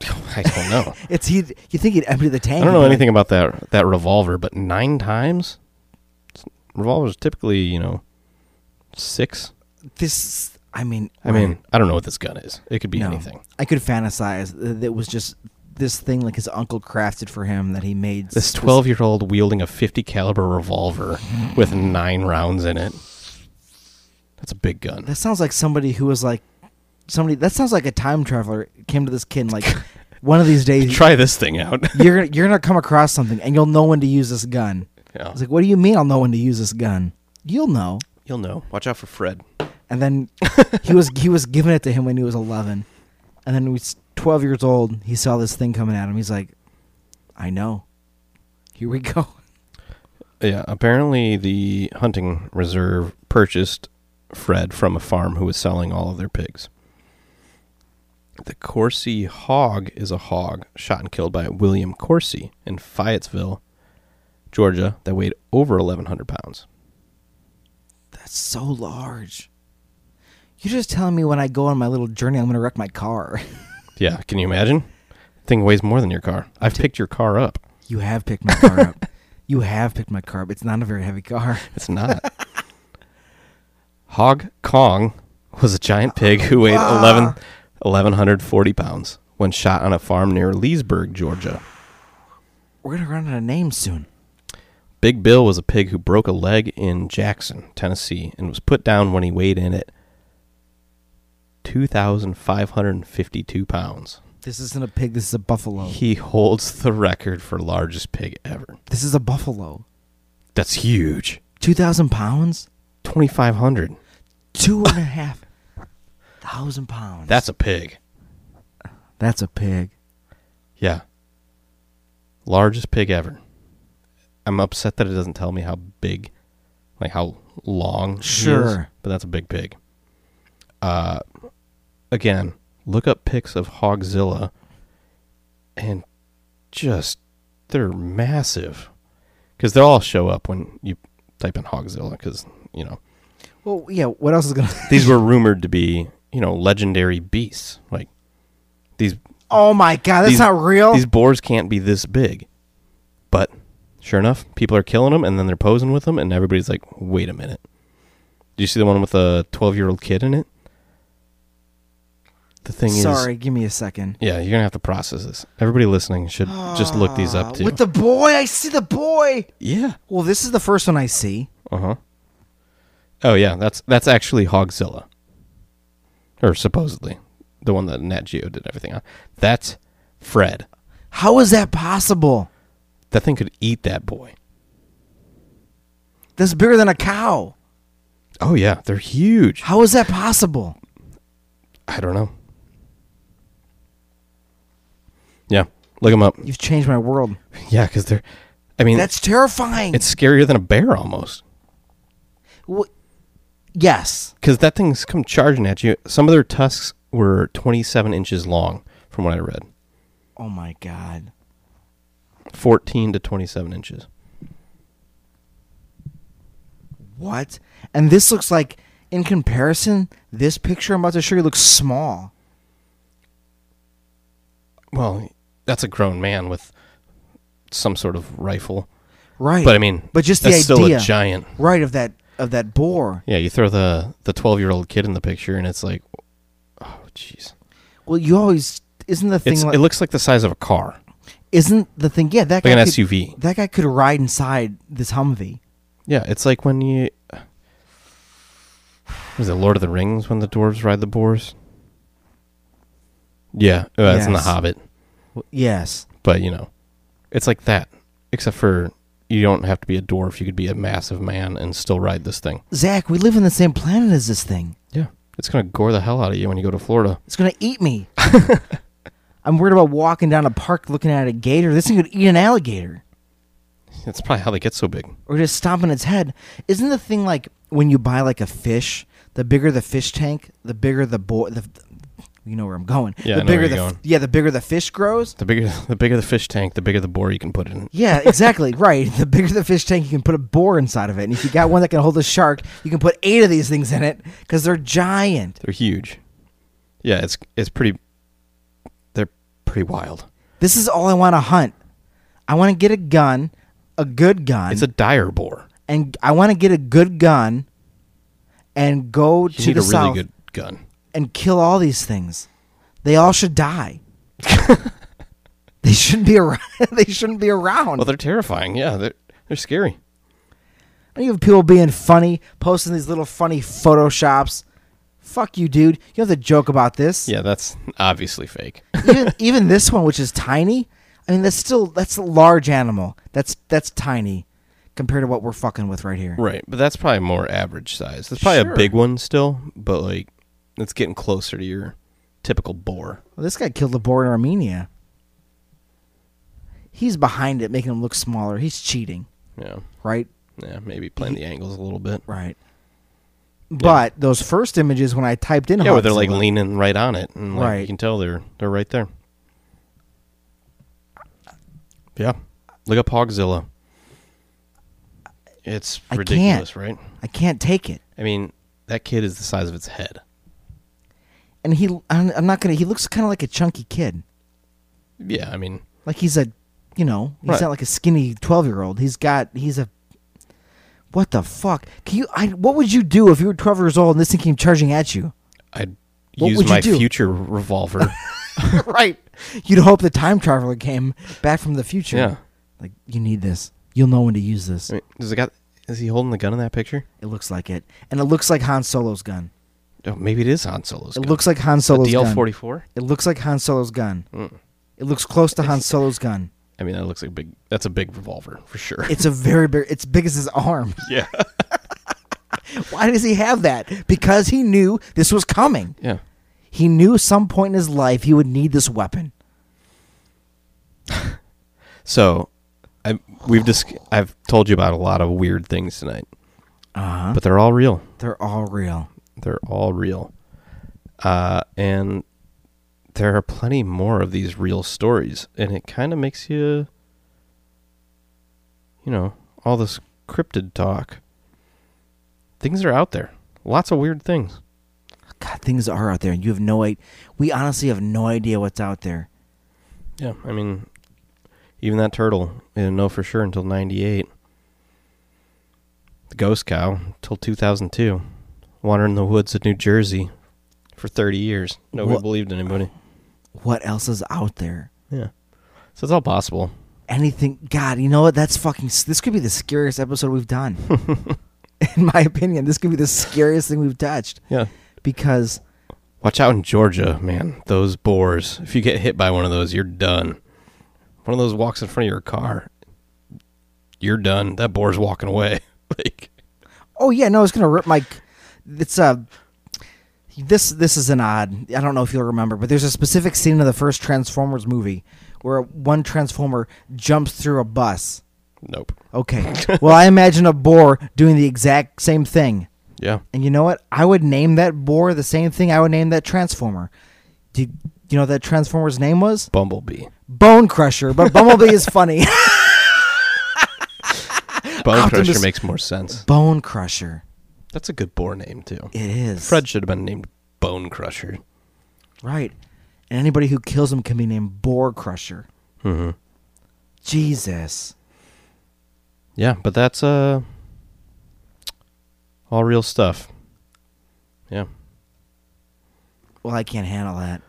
Speaker 2: I don't know.
Speaker 1: It's he. You think he'd empty the tank?
Speaker 2: I don't know
Speaker 1: and be
Speaker 2: anything about that that revolver, but nine times. Revolvers typically, you know, six.
Speaker 1: like, This. I mean.
Speaker 2: I mean, I don't know what this gun is. It could be
Speaker 1: no.
Speaker 2: anything.
Speaker 1: I could fantasize that it was just this thing like his uncle crafted for him that he made.
Speaker 2: This twelve-year-old wielding a fifty caliber revolver with nine rounds in it. That's a big gun.
Speaker 1: That sounds like somebody who was like somebody. That sounds like a time traveler came to this kid and like one of these days
Speaker 2: Try this thing out.
Speaker 1: you're gonna- you're gonna come across something and you'll know when to use this gun.
Speaker 2: Yeah.
Speaker 1: I was like, what do you mean I'll know when to use this gun? You'll know.
Speaker 2: You'll know. Watch out for Fred.
Speaker 1: And then he was he was giving it to him when he was 11, and then he was 12 years old. He saw this thing coming at him. He's like, I know. Here we go.
Speaker 2: Yeah, apparently the hunting reserve purchased Fred from a farm who was selling all of their pigs. The Corsi hog is a hog shot and killed by William Corsi in Fayetteville, Georgia, that weighed over 1,100 pounds.
Speaker 1: That's so large. You're just telling me when I go on my little journey, I'm gonna wreck my car.
Speaker 2: Yeah, can you imagine? Thing weighs more than your car. I've picked your car up.
Speaker 1: you have picked my car up. You have picked my car up. It's not a very heavy car.
Speaker 2: It's not. Hog Kong was a giant pig who weighed 11, 1,140 pounds when shot on a farm near Leesburg, Georgia.
Speaker 1: We're gonna run out of names soon.
Speaker 2: Big Bill was a pig who broke a leg in Jackson, Tennessee, and was put down when he weighed in at 2,552 pounds.
Speaker 1: This isn't a pig. This is a buffalo.
Speaker 2: He holds the record for largest pig ever.
Speaker 1: This is a buffalo.
Speaker 2: That's huge.
Speaker 1: Two thousand pounds.
Speaker 2: 2,500.
Speaker 1: Two and a half thousand pounds.
Speaker 2: That's a pig.
Speaker 1: that's a pig.
Speaker 2: Yeah. Largest pig ever. I'm upset that it doesn't tell me how big, like how long. he is,
Speaker 1: Sure.
Speaker 2: but that's a big pig. Uh, again, look up pics of Hogzilla, and just they're massive, because they'll all show up when you type in Hogzilla, because you know
Speaker 1: Well, yeah. What else is gonna?
Speaker 2: these were rumored to be you know legendary beasts. Like these
Speaker 1: Oh my god, that's
Speaker 2: These-
Speaker 1: not real.
Speaker 2: these boars can't be this big. But sure enough, people are killing them, and then they're posing with them, and everybody's like, "Wait a minute! Do you see the one with the twelve-year-old kid in it?" The thing
Speaker 1: Sorry,
Speaker 2: is,
Speaker 1: give me a second.
Speaker 2: yeah, you're gonna have to process this. Everybody listening should just look these
Speaker 1: Uh,
Speaker 2: up too.
Speaker 1: With the boy, I see the boy.
Speaker 2: yeah.
Speaker 1: Well, this is the first one I see.
Speaker 2: Uh huh. Oh yeah, that's that's actually Hogzilla, or supposedly the one that Nat Geo did everything on. That's Fred.
Speaker 1: How is that possible?
Speaker 2: That thing could eat that boy.
Speaker 1: That's bigger than a cow.
Speaker 2: Oh yeah, they're huge.
Speaker 1: How is that possible?
Speaker 2: I don't know. Yeah, look them up.
Speaker 1: You've changed my world.
Speaker 2: Yeah, because they're. I mean,
Speaker 1: That's terrifying.
Speaker 2: it's scarier than a bear almost.
Speaker 1: Wh- yes.
Speaker 2: Because that thing's come charging at you. Some of their tusks were 27 inches long, from what I read.
Speaker 1: Oh my god.
Speaker 2: 14 to 27 inches.
Speaker 1: What? And this looks like, in comparison, this picture I'm about to show you looks small.
Speaker 2: Well, that's a grown man with some sort of rifle.
Speaker 1: Right.
Speaker 2: But I mean,
Speaker 1: But just the
Speaker 2: that's still
Speaker 1: idea.
Speaker 2: a giant.
Speaker 1: right of that of that boar.
Speaker 2: Yeah, you throw the the twelve year old kid in the picture, and it's like, oh jeez,
Speaker 1: Well, you always isn't the thing
Speaker 2: it's
Speaker 1: like,
Speaker 2: it looks like the size of a car,
Speaker 1: isn't the thing yeah that
Speaker 2: like an
Speaker 1: guy could,
Speaker 2: SUV.
Speaker 1: that guy could ride inside this Humvee.
Speaker 2: Yeah, it's like when you was it Lord of the Rings when the dwarves ride the boars. Yeah, uh, it's in the
Speaker 1: Yes.
Speaker 2: Hobbit,
Speaker 1: Yes.
Speaker 2: but you know, it's like that. Except for you don't have to be a dwarf; you could be a massive man and still ride this thing.
Speaker 1: Zach, we live on the same planet as this thing.
Speaker 2: Yeah, it's gonna gore the hell out of you when you go to Florida.
Speaker 1: It's gonna eat me. I'm worried about walking down a park looking at a gator. This thing could eat an alligator.
Speaker 2: That's probably how they get so big.
Speaker 1: Or just stomping its head. Isn't the thing like when you buy like a fish, the bigger the fish tank, the bigger the boar the you know where I'm going.
Speaker 2: Yeah,
Speaker 1: the
Speaker 2: I know where
Speaker 1: bigger
Speaker 2: you're
Speaker 1: the
Speaker 2: going.
Speaker 1: yeah, the bigger the fish grows,
Speaker 2: The bigger the bigger the fish tank, the bigger the bore you can put in.
Speaker 1: Yeah, exactly. right. The bigger the fish tank, you can put a boar inside of it. And if you got one that can hold a shark, you can put eight of these things in it because they're giant.
Speaker 2: They're huge. Yeah, it's it's pretty. They're pretty wild.
Speaker 1: This is all I want to hunt. I want to get a gun, a good gun,
Speaker 2: It's a dire boar.
Speaker 1: and I want to get a good gun and go
Speaker 2: You
Speaker 1: to
Speaker 2: need
Speaker 1: the
Speaker 2: a really
Speaker 1: south
Speaker 2: good gun.
Speaker 1: and kill all these things. They all should die. they shouldn't be around. they shouldn't be around.
Speaker 2: Well, they're terrifying. Yeah, they're they're scary.
Speaker 1: And you have people being funny, posting these little funny photoshops. Fuck you, dude. You have to joke about this.
Speaker 2: Yeah, that's obviously fake.
Speaker 1: even even this one, which is tiny, I mean that's still that's a large animal. That's that's tiny compared to what we're fucking with right here.
Speaker 2: right, but that's probably more average size. That's probably
Speaker 1: Sure.
Speaker 2: a big one still, but like it's getting closer to your typical boar.
Speaker 1: Well, this guy killed the boar in Armenia. He's behind it, making him look smaller. He's cheating,
Speaker 2: Yeah,
Speaker 1: right?
Speaker 2: yeah, maybe playing the angles a little bit.
Speaker 1: Right. But those first images when I typed in,
Speaker 2: Yeah, where they're like
Speaker 1: Huxtable,
Speaker 2: leaning right on it, and like,
Speaker 1: Right.
Speaker 2: you can tell they're they're right there. Yeah, look up Hogzilla. It's
Speaker 1: I
Speaker 2: ridiculous, right?
Speaker 1: I can't take it.
Speaker 2: I mean, that kid is the size of its head.
Speaker 1: And he, I'm I'm not gonna. He looks kind of like a chunky kid.
Speaker 2: Yeah, I mean,
Speaker 1: like he's a you know he's
Speaker 2: Right.
Speaker 1: not like a skinny 12 year old he's got he's a what the fuck can you I, what would you do if you were 12 years old and this thing came charging at you
Speaker 2: I'd
Speaker 1: What
Speaker 2: use
Speaker 1: would you
Speaker 2: my
Speaker 1: do?
Speaker 2: future revolver.
Speaker 1: right you'd hope the time traveler came back from the future
Speaker 2: Yeah.
Speaker 1: like you need this you'll know when to use this
Speaker 2: I mean, does it got? Is he holding the gun in that picture?
Speaker 1: it looks like it and it looks like han solo's gun
Speaker 2: Oh, maybe it is Han Solo's.
Speaker 1: it looks like han solo's
Speaker 2: DL
Speaker 1: gun
Speaker 2: forty Mm. four.
Speaker 1: it looks like han solo's gun it looks close to han solo's gun
Speaker 2: I mean, that looks like a big. That's a big revolver for sure.
Speaker 1: it's a very big it's big as his arm
Speaker 2: yeah,
Speaker 1: why does he have that because he knew this was coming
Speaker 2: yeah.
Speaker 1: He knew some point in his life he would need this weapon.
Speaker 2: So, I we've just I've told you about a lot of weird things tonight,
Speaker 1: Uh
Speaker 2: but they're all real.
Speaker 1: They're all real.
Speaker 2: They're all real, uh, and there are plenty more of these real stories, and it kind of makes you, you know, all this cryptid talk. Things are out there. Lots of weird things.
Speaker 1: God, things are out there, and you have no idea. We honestly have no idea what's out there.
Speaker 2: Yeah, I mean, even that turtle, we didn't know for sure until '98. The ghost cow until 2002, wandering the woods of New Jersey for 30 years. Nobody
Speaker 1: What-
Speaker 2: believed anybody.
Speaker 1: What else is out there?
Speaker 2: Yeah, so it's all possible.
Speaker 1: Anything? God, you know what? That's fucking. s- This could be the scariest episode we've done. in my opinion, this could be the scariest thing we've touched
Speaker 2: Yeah,
Speaker 1: because
Speaker 2: watch out in Georgia, man. Those boars. If you get hit by one of those, you're done. One of those walks in front of your car, you're done. That boar's walking away. like,
Speaker 1: Oh yeah, no, it's gonna rip my. It's Uh, this this is an odd. I don't know if you'll remember, but there's a specific scene in the first Transformers movie where one Transformer jumps through a bus.
Speaker 2: nope.
Speaker 1: Okay. well, I imagine a boar doing the exact same thing.
Speaker 2: Yeah.
Speaker 1: And you know what? I would name that boar the same thing I would name that Transformer. Do you, you know what that Transformer's name was?
Speaker 2: Bumblebee.
Speaker 1: Bone Crusher, but Bumblebee is funny.
Speaker 2: Bone
Speaker 1: Optimus-
Speaker 2: Crusher makes more sense.
Speaker 1: Bone Crusher.
Speaker 2: That's a good boar name too.
Speaker 1: It is.
Speaker 2: Fred should have been named Bone Crusher.
Speaker 1: Right. and anybody who kills him can be named Boar Crusher.
Speaker 2: Mm-hmm.
Speaker 1: Jesus.
Speaker 2: Yeah, but that's uh all real stuff. Yeah.
Speaker 1: Well, I can't handle that.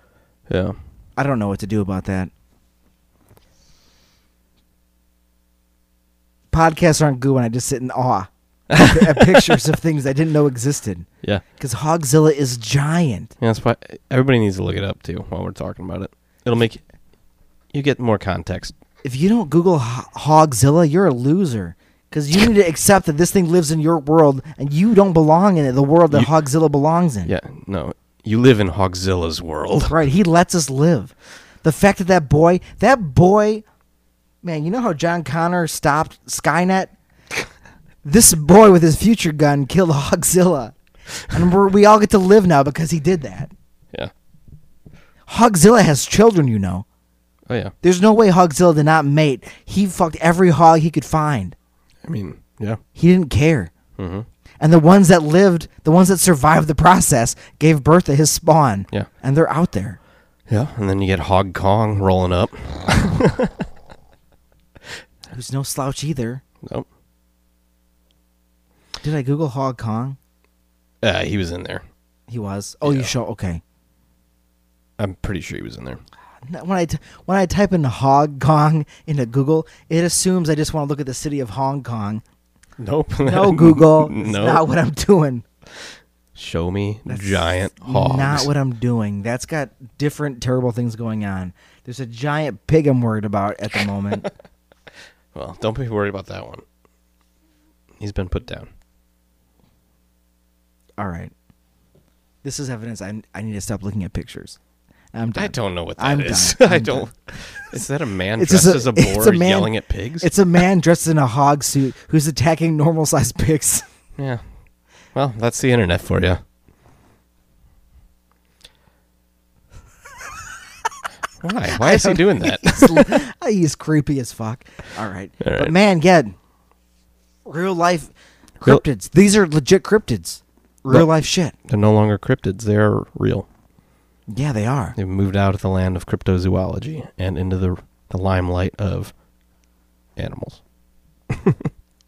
Speaker 2: Yeah.
Speaker 1: I don't know what to do about that. Podcasts aren't good when I just sit in awe at pictures of things I didn't know existed.
Speaker 2: Yeah.
Speaker 1: Because Hogzilla is giant.
Speaker 2: Yeah, that's why everybody needs to look it up too while we're talking about it. It'll make you get more context.
Speaker 1: If you don't Google ho- Hogzilla, you're a loser. Because you need to accept that this thing lives in your world and you don't belong in it, the world that
Speaker 2: You-
Speaker 1: Hogzilla belongs in.
Speaker 2: Yeah, no. You live in Hogzilla's world.
Speaker 1: Right. He lets us live. The fact that that boy, that boy, man, you know how John Connor stopped Skynet? This boy with his future gun killed Hogzilla. And we're, we all get to live now because he did that.
Speaker 2: Yeah.
Speaker 1: Hogzilla has children, you know.
Speaker 2: Oh yeah.
Speaker 1: There's no way Hogzilla did not mate. He fucked every hog he could find.
Speaker 2: I mean, yeah.
Speaker 1: He didn't care.
Speaker 2: Mhm.
Speaker 1: And the ones that lived, the ones that survived the process, gave birth to his spawn.
Speaker 2: Yeah.
Speaker 1: And they're out there.
Speaker 2: Yeah, and then you get Hog Kong rolling up.
Speaker 1: Who's no slouch either.
Speaker 2: Nope.
Speaker 1: Did I Google Hog Kong?
Speaker 2: Uh, he was in there.
Speaker 1: He was. Oh, you
Speaker 2: Yeah.
Speaker 1: show okay.
Speaker 2: I'm pretty sure he was in there.
Speaker 1: No, When I t- when I type in Hog Kong into Google, it assumes I just want to look at the city of Hong Kong.
Speaker 2: Nope.
Speaker 1: No Google, it's
Speaker 2: no.
Speaker 1: not what I'm doing.
Speaker 2: Show me
Speaker 1: That's
Speaker 2: giant hogs.
Speaker 1: Not what I'm doing. That's got different terrible things going on. There's a giant pig I'm worried about at the moment.
Speaker 2: Well, don't be worried about that one. He's been put down.
Speaker 1: All right, this is evidence. I I need to stop looking at pictures. I'm done.
Speaker 2: I don't know what
Speaker 1: I'm
Speaker 2: that is.
Speaker 1: done.
Speaker 2: I
Speaker 1: I'm
Speaker 2: don't. Is that a man
Speaker 1: It's just
Speaker 2: dressed
Speaker 1: a-
Speaker 2: as a
Speaker 1: it's
Speaker 2: boar
Speaker 1: a man-
Speaker 2: yelling at pigs?
Speaker 1: It's a man dressed in a hog suit who's attacking normal sized pigs.
Speaker 2: yeah. Well, that's the internet for you. Why? Why is he doing that?
Speaker 1: He's- he's creepy as fuck. All right.
Speaker 2: All right.
Speaker 1: But man, yeah. Real life
Speaker 2: Real-
Speaker 1: cryptids. These are legit cryptids. Real
Speaker 2: But-
Speaker 1: life shit.
Speaker 2: They're no longer cryptids. They are real.
Speaker 1: Yeah, they are.
Speaker 2: They've moved out of the land of cryptozoology and into the the limelight of animals.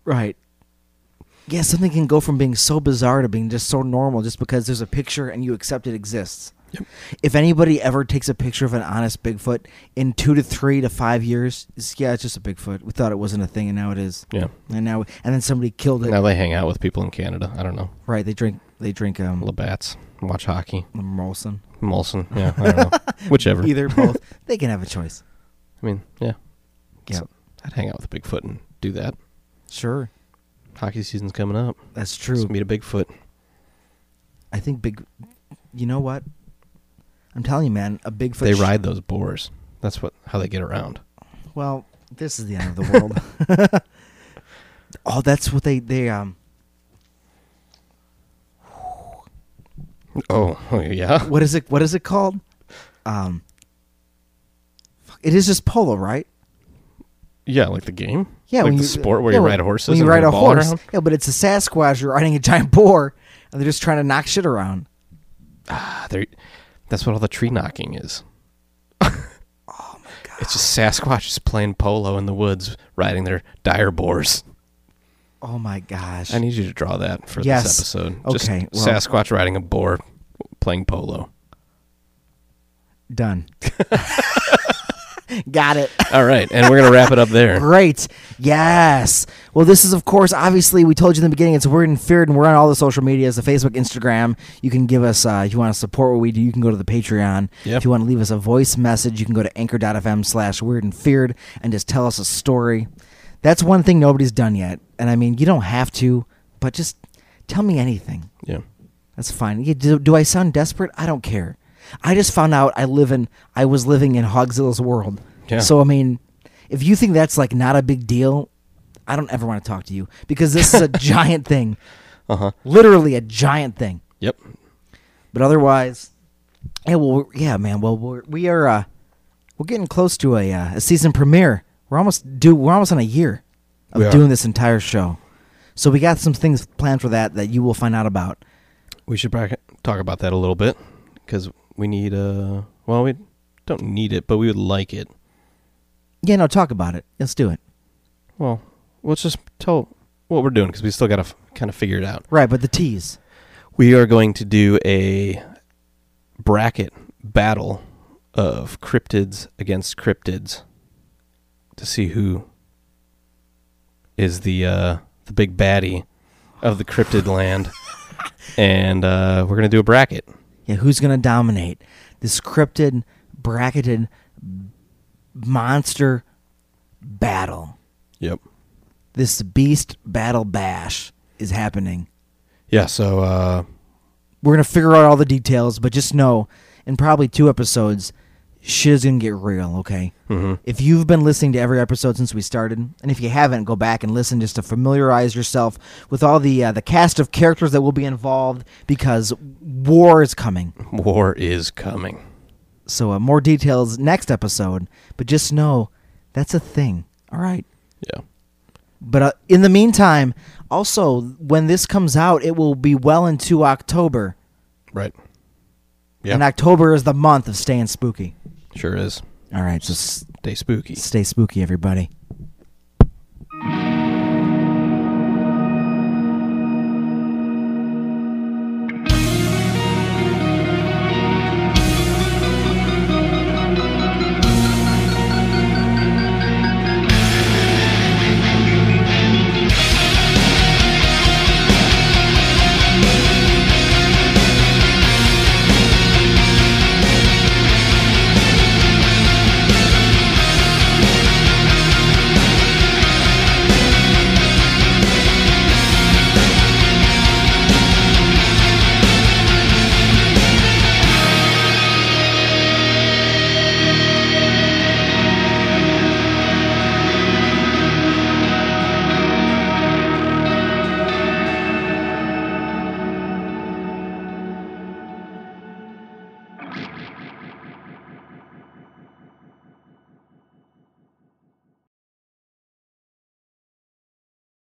Speaker 1: Right. Yeah, something can go from being so bizarre to being just so normal just because there's a picture and you accept it exists.
Speaker 2: Yep.
Speaker 1: If anybody ever takes a picture of an honest Bigfoot in two to three to five years, it's, yeah, it's just a Bigfoot. We thought it wasn't a thing, and now it is.
Speaker 2: Yeah.
Speaker 1: And now, and then somebody killed it.
Speaker 2: Now they hang out with people in Canada. I don't know.
Speaker 1: Right? They drink. They drink um,
Speaker 2: Labats. Watch hockey.
Speaker 1: Molson.
Speaker 2: Molson. Yeah. I don't know. Whichever.
Speaker 1: Either both. They can have a choice.
Speaker 2: I mean, yeah.
Speaker 1: Yep.
Speaker 2: I'd hang out with Bigfoot and do that.
Speaker 1: Sure.
Speaker 2: Hockey season's coming up.
Speaker 1: That's true.
Speaker 2: Let's meet a Bigfoot.
Speaker 1: I think big you know what? I'm telling you, man, a Bigfoot
Speaker 2: they
Speaker 1: sh-
Speaker 2: ride those boars. That's what how they get around.
Speaker 1: well, this is the end of the world. oh, that's what they they um
Speaker 2: Oh, yeah.
Speaker 1: what is it what is it called? Um fuck, it is just polo, right?
Speaker 2: Yeah, like the game.
Speaker 1: Yeah,
Speaker 2: like
Speaker 1: when
Speaker 2: the
Speaker 1: you-
Speaker 2: sport where
Speaker 1: yeah,
Speaker 2: you
Speaker 1: when-
Speaker 2: ride horses.
Speaker 1: When you
Speaker 2: and
Speaker 1: ride
Speaker 2: throw
Speaker 1: a
Speaker 2: the ball
Speaker 1: horse,
Speaker 2: around.
Speaker 1: yeah, but it's a Sasquatch. You're riding a giant boar, and they're just trying to knock shit around.
Speaker 2: Ah, they're- that's what all the tree knocking is. oh my god! It's just Sasquatch just playing polo in the woods, riding their dire boars.
Speaker 1: Oh my gosh!
Speaker 2: I need you to draw that for
Speaker 1: Yes.
Speaker 2: this episode.
Speaker 1: Okay, well-
Speaker 2: Just Sasquatch riding a boar, playing polo.
Speaker 1: Done. Got it.
Speaker 2: All right, and we're gonna wrap it up there.
Speaker 1: Great. Yes. Well, this is, of course, obviously, we told you in the beginning, it's Weird and Feared, and we're on all the social medias the Facebook, Instagram. You can give us, uh, if you want to support what we do, you can go to the Patreon.
Speaker 2: Yep.
Speaker 1: If you want to leave us a voice message, you can go to anchor.fm slash weird and feared and just tell us a story. That's one thing nobody's done yet. And I mean, you don't have to, but just tell me anything.
Speaker 2: Yeah.
Speaker 1: That's fine. Yeah, do, do I sound desperate? I don't care. I just found out I live in I was living in Hogzilla's world.
Speaker 2: Yeah.
Speaker 1: So I mean, if you think that's like not a big deal, I don't ever want to talk to you because this is a giant thing.
Speaker 2: Uh huh.
Speaker 1: Literally a giant thing.
Speaker 2: Yep.
Speaker 1: But otherwise, yeah, well, yeah, man. Well, we're, we are uh, we're getting close to a uh, a season premiere. We're almost do we're almost on a year of
Speaker 2: We are.
Speaker 1: doing this entire show. So we got some things planned for that that you will find out about.
Speaker 2: We should back- talk about that a little bit because we need uh well we Don't need it, but we would like it.
Speaker 1: Yeah, no, talk about it. Let's do it.
Speaker 2: Well, let's just tell what we're doing because we still got to f- kind of figure it out.
Speaker 1: Right, but the tease.
Speaker 2: We are going to do a bracket battle of cryptids against cryptids to see who is the uh, the big baddie of the cryptid land, and uh, we're gonna do a bracket.
Speaker 1: Yeah, who's going to dominate this cryptid, bracketed monster battle?
Speaker 2: Yep.
Speaker 1: This beast battle bash is happening.
Speaker 2: Yeah. So uh,
Speaker 1: We're going to figure out all the details, but just know in probably two episodes, shit is going to get real, okay?
Speaker 2: mhm.
Speaker 1: If you've been listening to every episode since we started, and if you haven't, go back and listen just to familiarize yourself with all the uh, the cast of characters that will be involved because war is coming.
Speaker 2: war is coming.
Speaker 1: So uh, more details next episode, but just know that's a thing. All right.
Speaker 2: Yeah.
Speaker 1: But uh, in the meantime, also when this comes out, it will be well into October,
Speaker 2: Right. Yeah.
Speaker 1: and October is the month of staying spooky.
Speaker 2: sure is.
Speaker 1: All right, so s-
Speaker 2: Stay spooky.
Speaker 1: stay spooky, everybody.